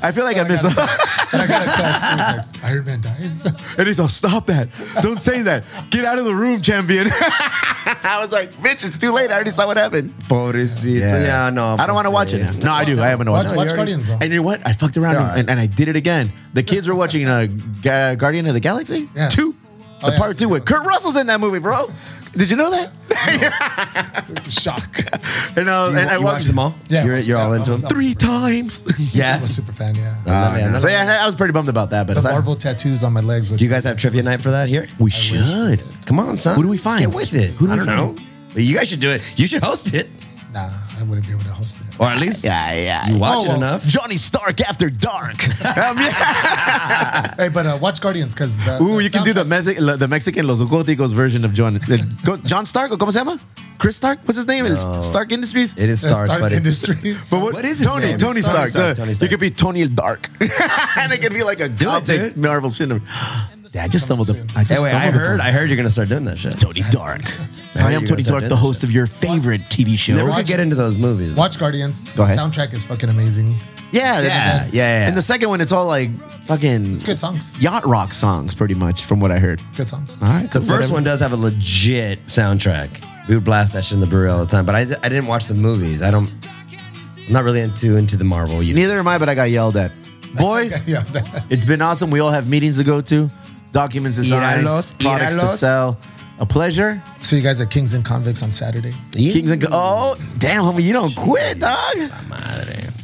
S2: I feel like
S3: Oh
S2: I missed.
S3: And I got a text. He was like, Iron Man dies?
S2: And he's all, stop that. Don't say that. Get out of the room, champion. I was like, bitch, it's too late. I already saw what happened.
S4: Pobrecito. Yeah, no.
S2: I don't want to watch it now. No, I do. I haven't
S3: Watch,
S2: watched
S3: watch
S2: it.
S3: Guardians, though.
S2: And you know what? I fucked around
S4: Yeah.
S2: and, and, and I did it again. The kids were watching uh, Ga- Guardian of the Galaxy
S3: Yeah.
S2: 2.
S3: Oh,
S2: the
S3: yeah,
S2: part
S3: that's
S2: 2
S3: a
S2: with
S3: good
S2: Kurt Russell's in that movie, bro. Did you know that?
S3: Shock.
S2: and uh,
S4: You,
S2: and I
S4: you watch
S2: watched
S4: them all?
S3: Yeah,
S4: You're,
S3: watch
S4: you're
S3: them.
S4: all into
S3: Yeah,
S4: them?
S3: watch
S2: three times.
S3: I'm
S4: Yeah.
S3: a super fan, yeah.
S4: Oh, man, that's-
S2: so yeah, I was pretty bummed about that. But
S3: the
S2: I thought-
S3: Marvel tattoos on my legs. Which
S4: Do you guys have trivia night for that here?
S2: we should.
S4: Come on, son.
S2: Who do we find?
S4: Get with it.
S2: Who do we
S4: I don't
S2: find?
S4: know. But you guys should do it. You should host it.
S3: Nah, I wouldn't be able to host it.
S4: Or at least
S2: Yeah, yeah.
S4: you watch
S3: Oh,
S4: it
S3: well.
S4: enough.
S2: Johnny Stark after dark. Um, yeah.
S3: Hey, but uh, watch Guardians because the.
S2: Ooh,
S3: the
S2: you can do the
S3: soundtrack-
S2: Mexi- the Mexican Los Góticos version of John uh, John Stark. or ¿Cómo se llama? Chris Stark. What's his name? It's Stark Industries.
S4: It is
S3: the
S4: Stark,
S3: Stark
S4: but it's.
S3: Industries.
S2: But what,
S4: What is his
S2: Tony?
S4: name?
S2: Tony
S4: Tony
S2: Stark.
S4: Stark,
S2: uh,
S4: Tony
S2: You
S4: Stark.
S2: could be Tony Dark, and it could be like a
S4: it,
S2: gothic
S4: dude.
S2: Marvel cinema. Yeah, I just stumbled. up- I just
S4: Hey, wait, I
S2: stumbled
S4: heard.
S2: upon
S4: I heard you're gonna start doing that shit.
S2: Tony Dark.
S4: heard
S2: I am
S4: you
S2: Tony
S4: guys are
S2: Dark,
S4: doing
S2: the
S4: that
S2: host of your favorite TV
S4: Never
S2: show.
S4: could get into those movies.
S3: Watch Guardians.
S2: Go ahead.
S3: The soundtrack is fucking amazing.
S2: Yeah,
S4: Yeah, yeah, yeah.
S2: And the second one, it's all like fucking
S3: It's good songs.
S2: yacht rock songs, pretty much, from what I heard.
S3: Good songs.
S2: All right,
S4: The first one does have a legit soundtrack. We would blast that shit in the brewery all the time, but I, I didn't watch the movies. I don't. I'm not really into into the Marvel. You
S2: Neither am I, but I got yelled at. Boys,
S3: Yeah.
S2: It's been awesome. We all have meetings to go to, documents to sign,
S4: Íralos,
S2: products to
S4: íralos.
S2: sell. A pleasure.
S3: so you guys at Kings and Convicts on Saturday.
S2: Kings and Co- Oh, damn, homie, you don't quit, dog.
S4: Madre.